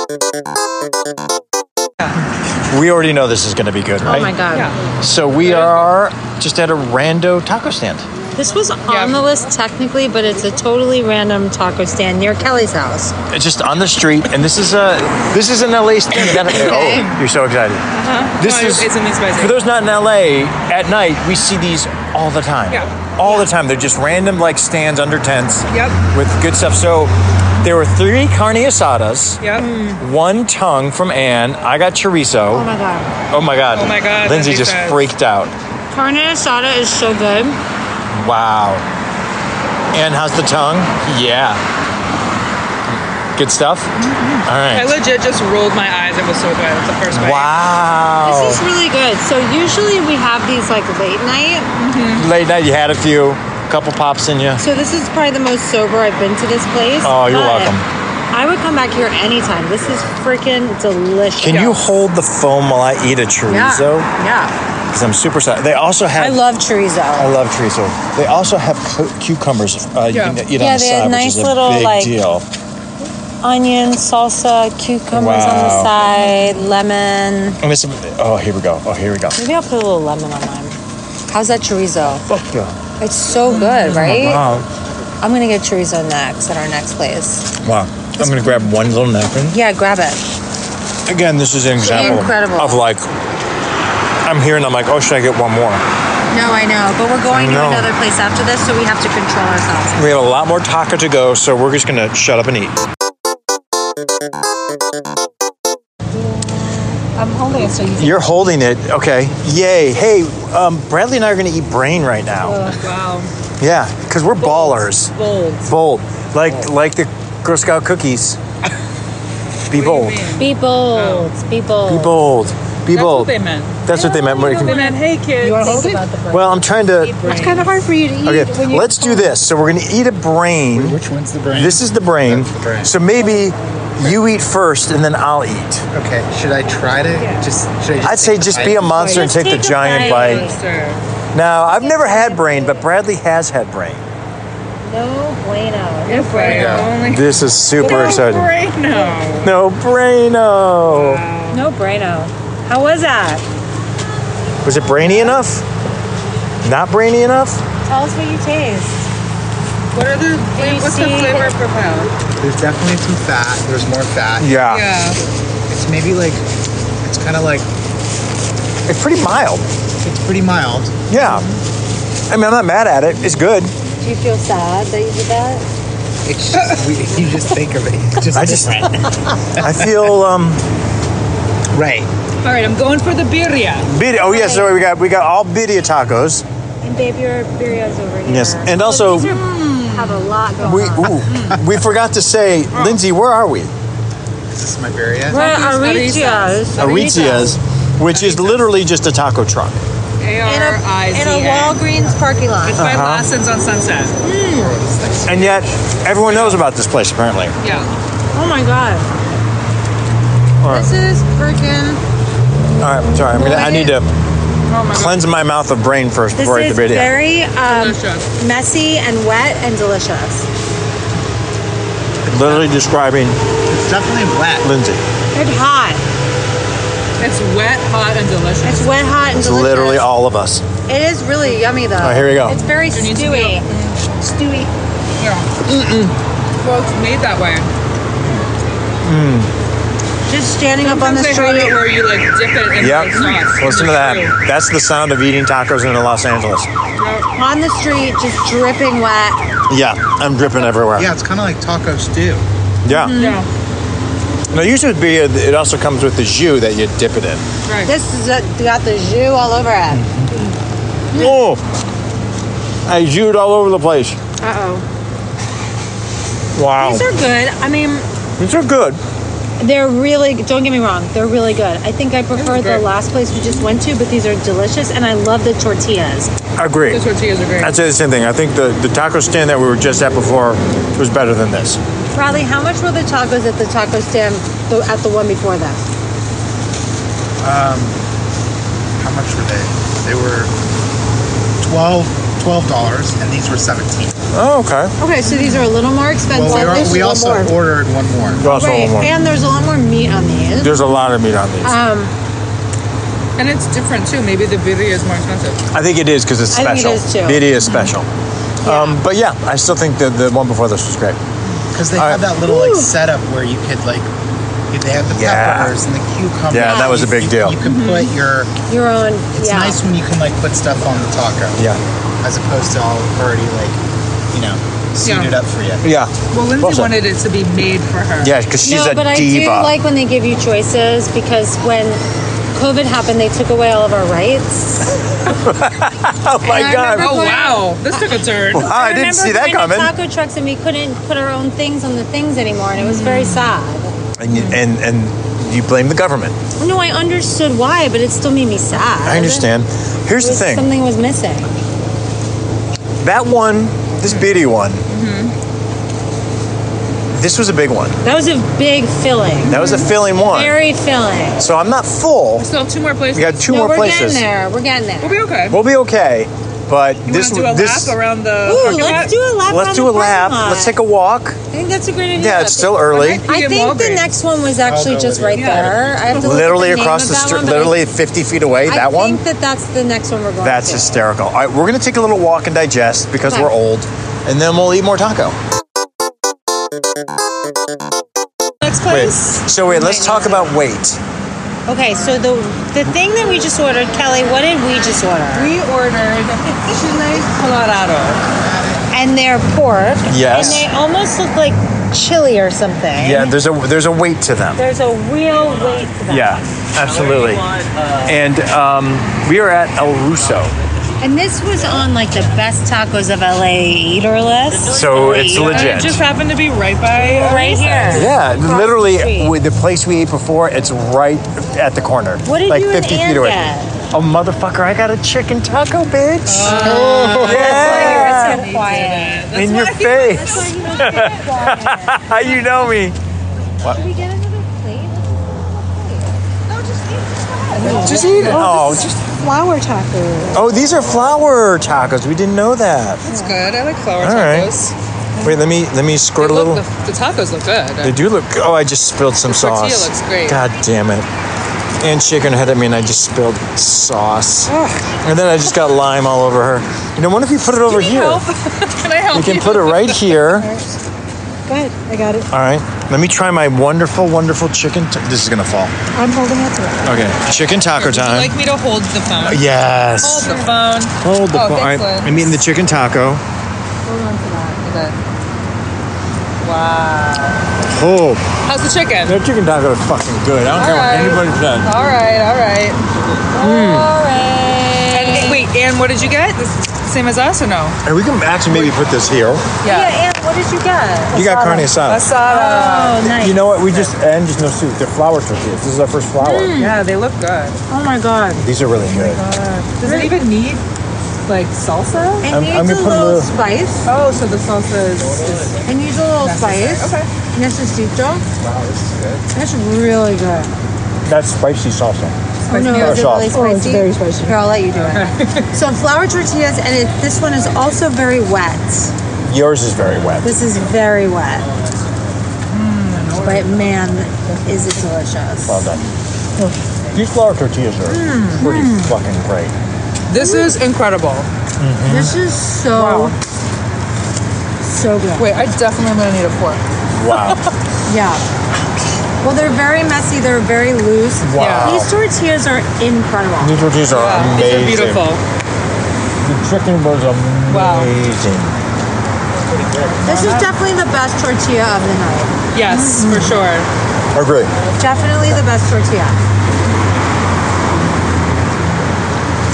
Speaker 2: Ew.
Speaker 1: We already know this is gonna be good, right?
Speaker 2: Oh my god.
Speaker 1: So we are just at a rando taco stand.
Speaker 2: This was on
Speaker 3: Yeah.
Speaker 2: the list technically, but it's a totally random taco stand near Kelly's house.
Speaker 1: It's just on the street, and this is a this is an LA stand. Oh, you're so excited. This
Speaker 3: No,
Speaker 1: is
Speaker 3: it's amazing.
Speaker 1: for those not in LA. At night, we see these all the time.
Speaker 3: Yeah.
Speaker 1: All the time. They're just random like stands under tents.
Speaker 3: Yep.
Speaker 1: With good stuff. So there were three carne asadas.
Speaker 3: Yep.
Speaker 1: One tongue from Anne. I got chorizo.
Speaker 2: Oh my god.
Speaker 1: Oh my god.
Speaker 3: Oh my God, that
Speaker 1: Lindsay
Speaker 3: makes
Speaker 1: just
Speaker 3: sense.
Speaker 1: freaked out.
Speaker 2: Carne asada is so good.
Speaker 1: Wow. And how's the tongue? Yeah. Good stuff?
Speaker 2: Mm-hmm.
Speaker 1: All
Speaker 3: I
Speaker 1: right.
Speaker 3: legit just rolled my eyes and was so good at the first bite.
Speaker 1: Wow.
Speaker 2: This
Speaker 1: Oh.
Speaker 2: is really good. So usually we have these like late night.
Speaker 1: Late night, you had a few, couple pops in you.
Speaker 2: So this is probably the most sober I've been to this place.
Speaker 1: Oh, you're
Speaker 2: but
Speaker 1: welcome.
Speaker 2: I would come back here anytime. This is freaking delicious.
Speaker 1: Can you hold the foam while I eat a chorizo?
Speaker 2: Yeah. yeah.
Speaker 1: Because I'm super sad. They also have.
Speaker 2: I love chorizo.
Speaker 1: I love chorizo. They also have cu- cucumbers. Uh, you
Speaker 3: Yeah.
Speaker 1: can eat on
Speaker 2: Yeah,
Speaker 1: the
Speaker 2: they had
Speaker 1: side, which
Speaker 2: nice
Speaker 1: is a
Speaker 2: little,
Speaker 1: big
Speaker 2: like-
Speaker 1: deal.
Speaker 2: Onion, salsa, cucumbers on the
Speaker 1: Wow.
Speaker 2: side, lemon.
Speaker 1: And it's, oh, here we go. Oh, here we go.
Speaker 2: Maybe I'll put a little lemon on mine. How's that chorizo?
Speaker 1: Fuck yeah. Mm-hmm.
Speaker 2: It's so good, right?
Speaker 1: Wow.
Speaker 2: I'm gonna get chorizo next at our next place.
Speaker 1: Wow. I'm gonna grab one little napkin.
Speaker 2: Yeah, grab it.
Speaker 1: Again, this is an example
Speaker 2: Incredible.
Speaker 1: of like I'm here and I'm like, oh, should I get one more?
Speaker 2: No, I know, but we're going to
Speaker 1: No.
Speaker 2: another place after this, so we have to control ourselves.
Speaker 1: We have a lot more taco to go, so we're just gonna shut up and eat.
Speaker 6: I'm holding it so you
Speaker 1: You're holding it, okay? Yay! Hey, um, Bradley and I are gonna eat brain right now.
Speaker 3: Wow.
Speaker 1: yeah, because we're ballers.
Speaker 3: Bold.
Speaker 1: Bold, like like the Girl Scout cookies. Be bold.
Speaker 2: Be bold. Be bold.
Speaker 1: Be bold. Be
Speaker 3: That's
Speaker 1: bold.
Speaker 3: what they meant.
Speaker 1: That's what they meant. What it
Speaker 3: They
Speaker 1: can-
Speaker 3: meant, hey kids.
Speaker 2: Think about the brain.
Speaker 1: Well, I'm trying to.
Speaker 6: It's kind of hard for you to eat
Speaker 1: Okay,
Speaker 6: when you
Speaker 1: let's do this. So we're gonna eat a brain.
Speaker 4: Which one's the brain?
Speaker 1: This is the brain.
Speaker 4: That's the brain.
Speaker 1: So maybe you eat first and then I'll eat.
Speaker 4: Okay, should I try to just? Should I just
Speaker 1: I'd say
Speaker 4: take a
Speaker 1: just
Speaker 4: bite?
Speaker 1: be a monster and
Speaker 2: Just
Speaker 1: take the
Speaker 2: take a
Speaker 1: giant
Speaker 2: bite.
Speaker 1: bite.
Speaker 3: Sir.
Speaker 1: Now, I've never had brain, but Bradley has had brain.
Speaker 2: No bueno.
Speaker 3: If I only
Speaker 1: This is super exciting.
Speaker 3: Braino.
Speaker 1: No braino.
Speaker 2: No bueno. How was that?
Speaker 1: Was it brainy enough? Not brainy enough?
Speaker 2: Tell us what you taste.
Speaker 3: What are the
Speaker 2: Can you
Speaker 3: what's the
Speaker 2: see
Speaker 3: flavor profile?
Speaker 4: There's definitely some fat. There's more fat.
Speaker 1: Yeah.
Speaker 3: Yeah.
Speaker 4: It's maybe like, it's kind of like,
Speaker 1: It's pretty mild.
Speaker 4: it's pretty mild.
Speaker 1: Yeah. I mean, I'm not mad at it. It's good.
Speaker 2: Do you feel sad that you did that?
Speaker 4: It's just, we, you just think of it. It's just
Speaker 1: I just-
Speaker 4: different.
Speaker 1: I feel um,
Speaker 4: right.
Speaker 7: All right, I'm going for the birria.
Speaker 1: birria. Oh yes, so we got we got all birria tacos.
Speaker 2: And babe, your birria's over here.
Speaker 1: Yes, and also-
Speaker 2: these are, have a lot going
Speaker 1: We
Speaker 2: on.
Speaker 1: ooh, we forgot to say, Lindsay, where are we?
Speaker 4: Is this my birria?
Speaker 2: We're at
Speaker 7: Arizas.
Speaker 2: Arizia's.
Speaker 1: Arizia's, which is literally just a taco truck.
Speaker 7: A
Speaker 2: In
Speaker 7: R I
Speaker 2: a,
Speaker 7: Z
Speaker 2: in a
Speaker 7: A.
Speaker 2: Walgreens parking lot.
Speaker 3: Uh-huh.
Speaker 7: It's by Lawson's on Sunset.
Speaker 1: And yet, everyone knows about this place apparently.
Speaker 7: Yeah.
Speaker 2: Oh my god.
Speaker 1: right.
Speaker 2: This is freaking.
Speaker 1: All right, sorry, I'm gonna, I need to cleanse my mouth of brain first
Speaker 2: This
Speaker 1: before I eat
Speaker 2: is
Speaker 1: the birria.
Speaker 2: very um,
Speaker 7: Delicious.
Speaker 2: messy and wet and delicious.
Speaker 1: Literally describing
Speaker 4: It's definitely wet.
Speaker 1: Lindsay.
Speaker 2: It's hot.
Speaker 7: It's wet, hot, and delicious.
Speaker 2: It's wet, hot, and
Speaker 1: It's
Speaker 2: delicious.
Speaker 1: literally all of us.
Speaker 2: It is really yummy though.
Speaker 1: right, here we go.
Speaker 2: It's very
Speaker 7: need to
Speaker 2: stewy.
Speaker 7: go-
Speaker 2: Stewy.
Speaker 7: Yeah. Well, it's made that way.
Speaker 2: Just standing up on the
Speaker 7: Sometimes they have it
Speaker 2: street.
Speaker 7: where you like dip it in
Speaker 1: Yep.
Speaker 7: like sauce.
Speaker 1: Listen to
Speaker 7: It's
Speaker 1: that.
Speaker 7: true.
Speaker 1: That's the sound of eating tacos in Los Angeles.
Speaker 2: On the street, just dripping wet.
Speaker 1: Yeah, I'm dripping everywhere.
Speaker 4: Yeah, it's kind of like taco stew.
Speaker 1: Yeah.
Speaker 7: Yeah.
Speaker 1: Now, usually with beer, it also comes with the jus that you dip it in.
Speaker 7: Right.
Speaker 2: This is a, got the jus all over it.
Speaker 1: Oh, I jus all over the place.
Speaker 2: Uh oh.
Speaker 1: Wow.
Speaker 2: These are good. I mean,
Speaker 1: These are good.
Speaker 2: they're really. Don't get me wrong. They're really good. I think I prefer the
Speaker 7: great.
Speaker 2: last place we just went to, but these are delicious, and I love the tortillas.
Speaker 1: I agree.
Speaker 7: the tortillas are great.
Speaker 1: I'd say the same thing. I think the, the taco stand that we were just at before was better than this.
Speaker 2: Bradley, how much were the tacos at the taco stand the, at the one before that?
Speaker 4: How much were they? They were 12 $12 and these were 17
Speaker 1: Oh, okay.
Speaker 2: Okay, so these are a little more expensive.
Speaker 4: Well, we, are-
Speaker 2: This is
Speaker 4: we
Speaker 2: a little
Speaker 4: also
Speaker 2: more.
Speaker 4: ordered one more.
Speaker 1: There's, also
Speaker 2: Right,
Speaker 1: one more.
Speaker 2: and there's a lot more meat on these.
Speaker 1: There's a lot of meat on these.
Speaker 2: Um,
Speaker 7: and it's different too. Maybe the birria is more expensive.
Speaker 1: I think it is because it's
Speaker 2: I think it
Speaker 1: special.
Speaker 2: is, too.
Speaker 1: It is special. Um, but yeah, I still think that the one before this was great.
Speaker 4: Because they
Speaker 1: All
Speaker 4: have
Speaker 1: right.
Speaker 4: that little like setup where you could like you- they had the
Speaker 1: Yeah.
Speaker 4: peppers and the cucumbers.
Speaker 1: Yeah, that was a big
Speaker 4: You-
Speaker 1: deal.
Speaker 4: You can put your
Speaker 2: your own.
Speaker 4: it's
Speaker 2: Mm-hmm. yeah.
Speaker 4: nice when you can like put stuff on the taco.
Speaker 1: Yeah.
Speaker 4: As opposed to all already like, you know, suited up for you.
Speaker 1: Yeah.
Speaker 7: Well, Lindsay
Speaker 1: Well said.
Speaker 7: wanted it to be made for her.
Speaker 1: Yeah, because she's
Speaker 2: no,
Speaker 1: a
Speaker 2: but
Speaker 1: diva.
Speaker 2: I do like when they give you choices because when COVID happened, they took away all of our rights.
Speaker 1: oh my
Speaker 2: I
Speaker 1: God.
Speaker 7: Oh wow, this took a turn.
Speaker 1: Wow, I didn't see that
Speaker 2: remember
Speaker 1: coming.
Speaker 2: going to Taco trucks, and we couldn't put our own things on the things anymore, and it was
Speaker 1: Mm.
Speaker 2: very sad.
Speaker 1: And, you- and and you blame the government.
Speaker 2: No, I understood why, but it still made me sad.
Speaker 1: I understand. Here's
Speaker 2: It
Speaker 1: the
Speaker 2: was-
Speaker 1: thing.
Speaker 2: Something was missing.
Speaker 1: That one, this bitty one.
Speaker 2: Mm-hmm.
Speaker 1: This was a big one.
Speaker 2: That was a big filling.
Speaker 1: That was a filling one.
Speaker 2: Mm-hmm. Very filling.
Speaker 1: so I'm not full.
Speaker 7: Still two more places.
Speaker 1: We got two
Speaker 2: no,
Speaker 1: more
Speaker 2: we're
Speaker 1: places.
Speaker 2: getting there. We're getting there.
Speaker 7: We'll be okay.
Speaker 1: We'll be okay. But
Speaker 7: you
Speaker 1: this
Speaker 7: want to do a
Speaker 1: this
Speaker 7: lap around the
Speaker 2: Ooh,
Speaker 7: parking lot?
Speaker 2: let's do a lap.
Speaker 1: let's
Speaker 2: around
Speaker 1: do a
Speaker 2: the
Speaker 1: lap.
Speaker 2: parking lot.
Speaker 1: Let's take a walk.
Speaker 2: I think that's a great idea.
Speaker 1: Yeah, it's still early.
Speaker 7: Eat
Speaker 2: I
Speaker 7: in
Speaker 2: think the
Speaker 7: Walgreens.
Speaker 2: next one was actually
Speaker 4: Oh, that
Speaker 2: just
Speaker 4: would
Speaker 2: right
Speaker 4: be-
Speaker 2: there. I have to look at
Speaker 1: Literally
Speaker 2: name
Speaker 1: across
Speaker 2: of
Speaker 1: the
Speaker 2: that
Speaker 1: street,
Speaker 2: one, but I-
Speaker 1: literally 50 feet away.
Speaker 2: I
Speaker 1: that one.
Speaker 2: think that that's the next one we're going
Speaker 1: That's
Speaker 2: to.
Speaker 1: hysterical. All right, we're gonna take a little walk and digest because
Speaker 2: Okay.
Speaker 1: we're old, and then we'll eat more taco.
Speaker 2: next
Speaker 1: Wait.
Speaker 2: place.
Speaker 1: So wait, let's talk about weight.
Speaker 2: Okay, so the the thing that we just ordered, Kelly, what did we just order?
Speaker 7: We ordered chile colorado.
Speaker 2: And their pork.
Speaker 1: Yes.
Speaker 2: And they almost look like chili or something.
Speaker 1: Yeah, there's a there's a weight to them.
Speaker 2: There's a real weight to them.
Speaker 1: Yeah, absolutely.
Speaker 2: uh,
Speaker 1: And um, we are at El Russo,
Speaker 2: And this was on like the best tacos of LA eater list.
Speaker 1: so it's
Speaker 7: It
Speaker 1: legit.
Speaker 7: just happened to be right by uh,
Speaker 2: Right here.
Speaker 1: Yeah,
Speaker 2: Across the
Speaker 1: literally
Speaker 2: street.
Speaker 1: with the place we ate before. It's right at the corner.
Speaker 2: What did
Speaker 1: like
Speaker 2: you and
Speaker 1: 50
Speaker 2: Ann
Speaker 1: feet away.
Speaker 2: get?
Speaker 1: Oh motherfucker! I got a chicken taco, bitch. oh
Speaker 2: It's
Speaker 1: yeah,
Speaker 2: so quiet.
Speaker 1: in your face. How you know me?
Speaker 2: Should we get another plate?
Speaker 1: Just eat it. Oh, just
Speaker 2: Flour tacos.
Speaker 1: oh, these are flour tacos. We didn't know that.
Speaker 7: That's good. I like flour
Speaker 1: All right.
Speaker 7: tacos.
Speaker 1: Wait, let me let me squirt a
Speaker 7: They look-
Speaker 1: little.
Speaker 7: the, the tacos look good.
Speaker 1: They do look. Oh, I just spilled some
Speaker 7: tortilla
Speaker 1: sauce.
Speaker 7: looks great.
Speaker 1: God damn it. And shaking her head at me, and I just spilled sauce. And then I just got lime all over her. You know, what if you put it over here?
Speaker 7: Help. Can I help
Speaker 1: You can
Speaker 7: you?
Speaker 1: put it right here.
Speaker 2: Good. I got it.
Speaker 1: All right. Let me try my wonderful, wonderful chicken. ta- this is gonna fall.
Speaker 2: I'm holding it to it.
Speaker 1: Okay, chicken taco
Speaker 7: Would you
Speaker 1: time.
Speaker 7: like me to hold the phone? Hold
Speaker 1: yes.
Speaker 7: the phone.
Speaker 1: Hold the.
Speaker 7: Oh,
Speaker 1: fu- all right,
Speaker 7: thanks, Liz.
Speaker 1: I'm eating the chicken taco.
Speaker 7: Hold on to that. Okay. Wow.
Speaker 1: Oh,
Speaker 7: How's the chicken?
Speaker 1: that chicken taco is fucking good. I don't care
Speaker 7: Alright.
Speaker 1: what anybody says.
Speaker 7: All right, all right. All right. And, wait, and what did you get? This same as us or no?
Speaker 1: And we can actually maybe put this here.
Speaker 2: Yeah, and what did you get?
Speaker 1: You got carne asada.
Speaker 7: Asada.
Speaker 2: Oh, nice.
Speaker 1: You know what? We just and just no soup. They're flour tortillas. This is our first flour.
Speaker 7: Yeah, they look good.
Speaker 2: oh my god.
Speaker 1: These are really good.
Speaker 7: Does it even need like salsa?
Speaker 2: It
Speaker 1: I'm-
Speaker 2: needs
Speaker 1: I'm
Speaker 2: a
Speaker 1: gonna put a
Speaker 2: little
Speaker 1: little-
Speaker 2: spice.
Speaker 7: Oh, so the salsa is, is
Speaker 2: It needs a little spice.
Speaker 7: okay.
Speaker 2: Necesito. Wow, this is good. That's really good.
Speaker 1: That's spicy salsa.
Speaker 7: spicy.
Speaker 2: no,
Speaker 7: Yeah.
Speaker 2: is it really
Speaker 1: sauce.
Speaker 2: spicy?
Speaker 8: Oh, it's very spicy.
Speaker 2: Here, I'll let you do it. so flour tortillas, and it, this one is also very wet.
Speaker 1: Yours is very wet.
Speaker 2: This is very wet. But man, is it delicious.
Speaker 1: Well done. These flour tortillas are pretty fucking great.
Speaker 7: This is incredible.
Speaker 2: This is so,
Speaker 7: Wow.
Speaker 2: so good.
Speaker 7: Wait, I definitely am gonna need a fork.
Speaker 1: Wow.
Speaker 2: Yeah. Well, they're very messy. They're very loose.
Speaker 1: Wow.
Speaker 2: These tortillas are incredible.
Speaker 1: These tortillas are
Speaker 7: These are
Speaker 1: amazing.
Speaker 7: beautiful.
Speaker 1: The chicken was amazing.
Speaker 7: Wow.
Speaker 2: This is definitely the best tortilla of the night.
Speaker 7: Yes, for sure.
Speaker 1: Agree.
Speaker 2: Definitely the best tortilla.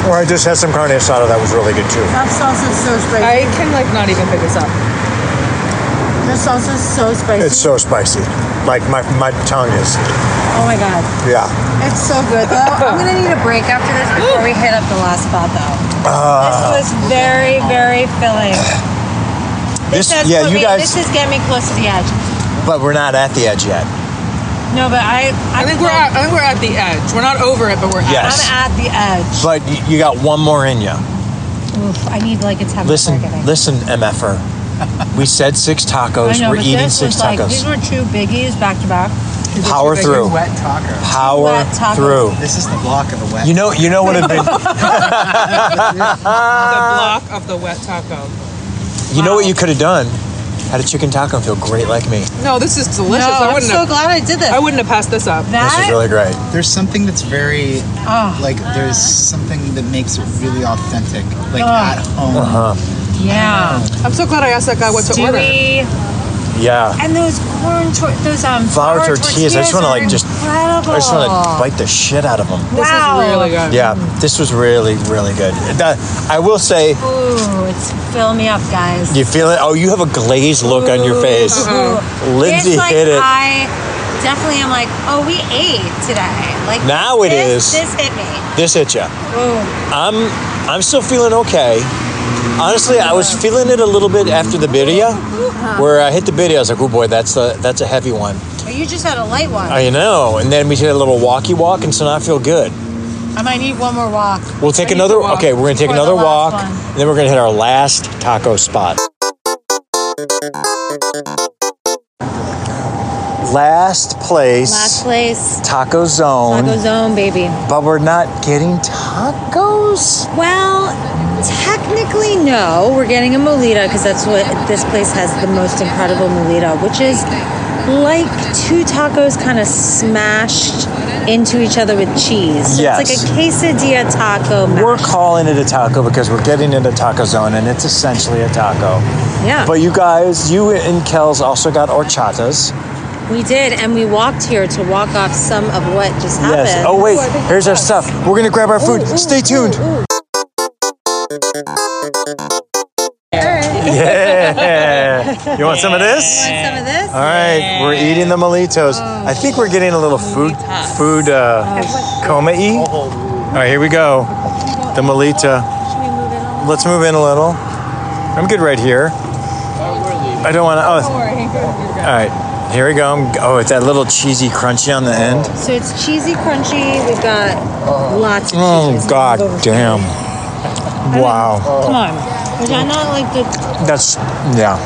Speaker 1: Or I just had some carne asada that was really good too.
Speaker 2: That sauce is so spicy.
Speaker 7: I can like not even pick this up.
Speaker 2: The sauce is so spicy.
Speaker 1: It's so spicy. Like my, my tongue is.
Speaker 2: oh my god,
Speaker 1: Yeah.
Speaker 2: it's so good though. I'm gonna need a break after this before we hit up the last spot though.
Speaker 1: Ah.
Speaker 2: this was very, very filling.
Speaker 1: This,
Speaker 2: That's
Speaker 1: yeah,
Speaker 2: what
Speaker 1: you
Speaker 2: we-
Speaker 1: guys,
Speaker 2: This is getting me close to the edge.
Speaker 1: but we're not at the edge yet.
Speaker 2: No, but I.
Speaker 7: I
Speaker 2: I'm
Speaker 7: think we're
Speaker 2: like-
Speaker 7: at, I think we're at the edge. We're not over it, but we're
Speaker 1: Yeah.
Speaker 7: at
Speaker 1: Yes.
Speaker 2: I'm at the edge.
Speaker 1: But y- you got one more in you.
Speaker 2: Oof, I need like a ten.
Speaker 1: Listen,
Speaker 2: before I get in.
Speaker 1: listen, MFR. We said six
Speaker 2: I
Speaker 1: tacos.
Speaker 2: know,
Speaker 1: we're
Speaker 2: but
Speaker 1: eating
Speaker 2: this
Speaker 1: six
Speaker 2: was like
Speaker 1: tacos.
Speaker 2: these were two biggies back to back.
Speaker 1: Power
Speaker 7: Like a
Speaker 1: through.
Speaker 7: wet taco.
Speaker 1: Power
Speaker 2: wet tacos.
Speaker 1: through.
Speaker 4: This is the block of the wet.
Speaker 1: You know, you know what have been.
Speaker 7: the block of the wet taco.
Speaker 1: You know what you could have done? Had a chicken taco and feel great like me.
Speaker 7: No, this is delicious. I
Speaker 2: I'm
Speaker 7: wouldn't
Speaker 2: so
Speaker 7: have,
Speaker 2: glad I did this.
Speaker 7: I wouldn't have passed this up.
Speaker 1: This is
Speaker 2: that
Speaker 1: really great.
Speaker 4: There's something that's very
Speaker 2: Ah.
Speaker 4: like there's something that makes it really authentic, like
Speaker 2: Ah.
Speaker 4: at home.
Speaker 1: Uh-huh.
Speaker 2: yeah,
Speaker 7: I'm so glad I asked that guy what to order.
Speaker 2: Stewie.
Speaker 1: Yeah.
Speaker 2: And those corn tor- those um
Speaker 1: Flour tortillas. I just want to like just.
Speaker 2: incredible.
Speaker 1: I just want to bite the shit out of them.
Speaker 7: This
Speaker 2: wow.
Speaker 7: is really good.
Speaker 1: Yeah, this was really, really good. That- I will say,
Speaker 2: Ooh, it's fill me up, guys.
Speaker 1: you feel it. Oh, you have a glazed look on your face.
Speaker 2: Ooh.
Speaker 1: Uh-huh. Lindsay
Speaker 2: It's like
Speaker 1: hit it.
Speaker 2: I definitely am like, oh, we ate today. Like
Speaker 1: Now it
Speaker 2: this-
Speaker 1: is.
Speaker 2: This hit me.
Speaker 1: This hit ya.
Speaker 2: Ooh,
Speaker 1: I'm, I'm still feeling okay. Honestly, I was feeling it a little bit after the birria, where I hit the birria. I was like, "Oh boy, that's a that's a heavy one."
Speaker 2: but you just had a light one. I,
Speaker 1: I know. And then we did a little walkie walk, and so now I feel good.
Speaker 2: might need one more walk.
Speaker 1: We'll take
Speaker 7: I need
Speaker 1: another.
Speaker 7: to walk
Speaker 1: Okay, we're gonna take
Speaker 2: for the
Speaker 1: another
Speaker 2: last
Speaker 1: walk,
Speaker 2: one.
Speaker 1: and then we're gonna hit our last taco spot. Last place,
Speaker 2: Last place,
Speaker 1: Taco Zone,
Speaker 2: Taco Zone, baby.
Speaker 1: but we're not getting tacos.
Speaker 2: Well, technically, no. We're getting a molita because that's what this place has the most incredible molita, which is like two tacos kind of smashed into each other with cheese. So
Speaker 1: Yes.
Speaker 2: It's like a quesadilla taco. Mash.
Speaker 1: We're calling it a taco because we're getting into Taco Zone, and it's essentially a taco.
Speaker 2: Yeah.
Speaker 1: But you guys, you and Kels also got horchatas.
Speaker 2: we did, and we walked here to walk off some of what just happened.
Speaker 1: Yes. Oh wait, here's our stuff. We're gonna grab our food. Stay tuned. Yeah. You want some of this?
Speaker 2: Want some of this?
Speaker 1: All right, we're eating the molitos. I think we're getting a little food food uh, coma y. All right, here we go. The molita. Let's move in a little. I'm good right here. I don't want to. Oh. All right, here we go. I'm, oh, it's that little cheesy crunchy on the end.
Speaker 2: So it's cheesy crunchy. We've got lots of
Speaker 1: Oh
Speaker 2: cheese.
Speaker 1: god damn. Wow.
Speaker 2: Come on. Was that not like the
Speaker 1: That's yeah.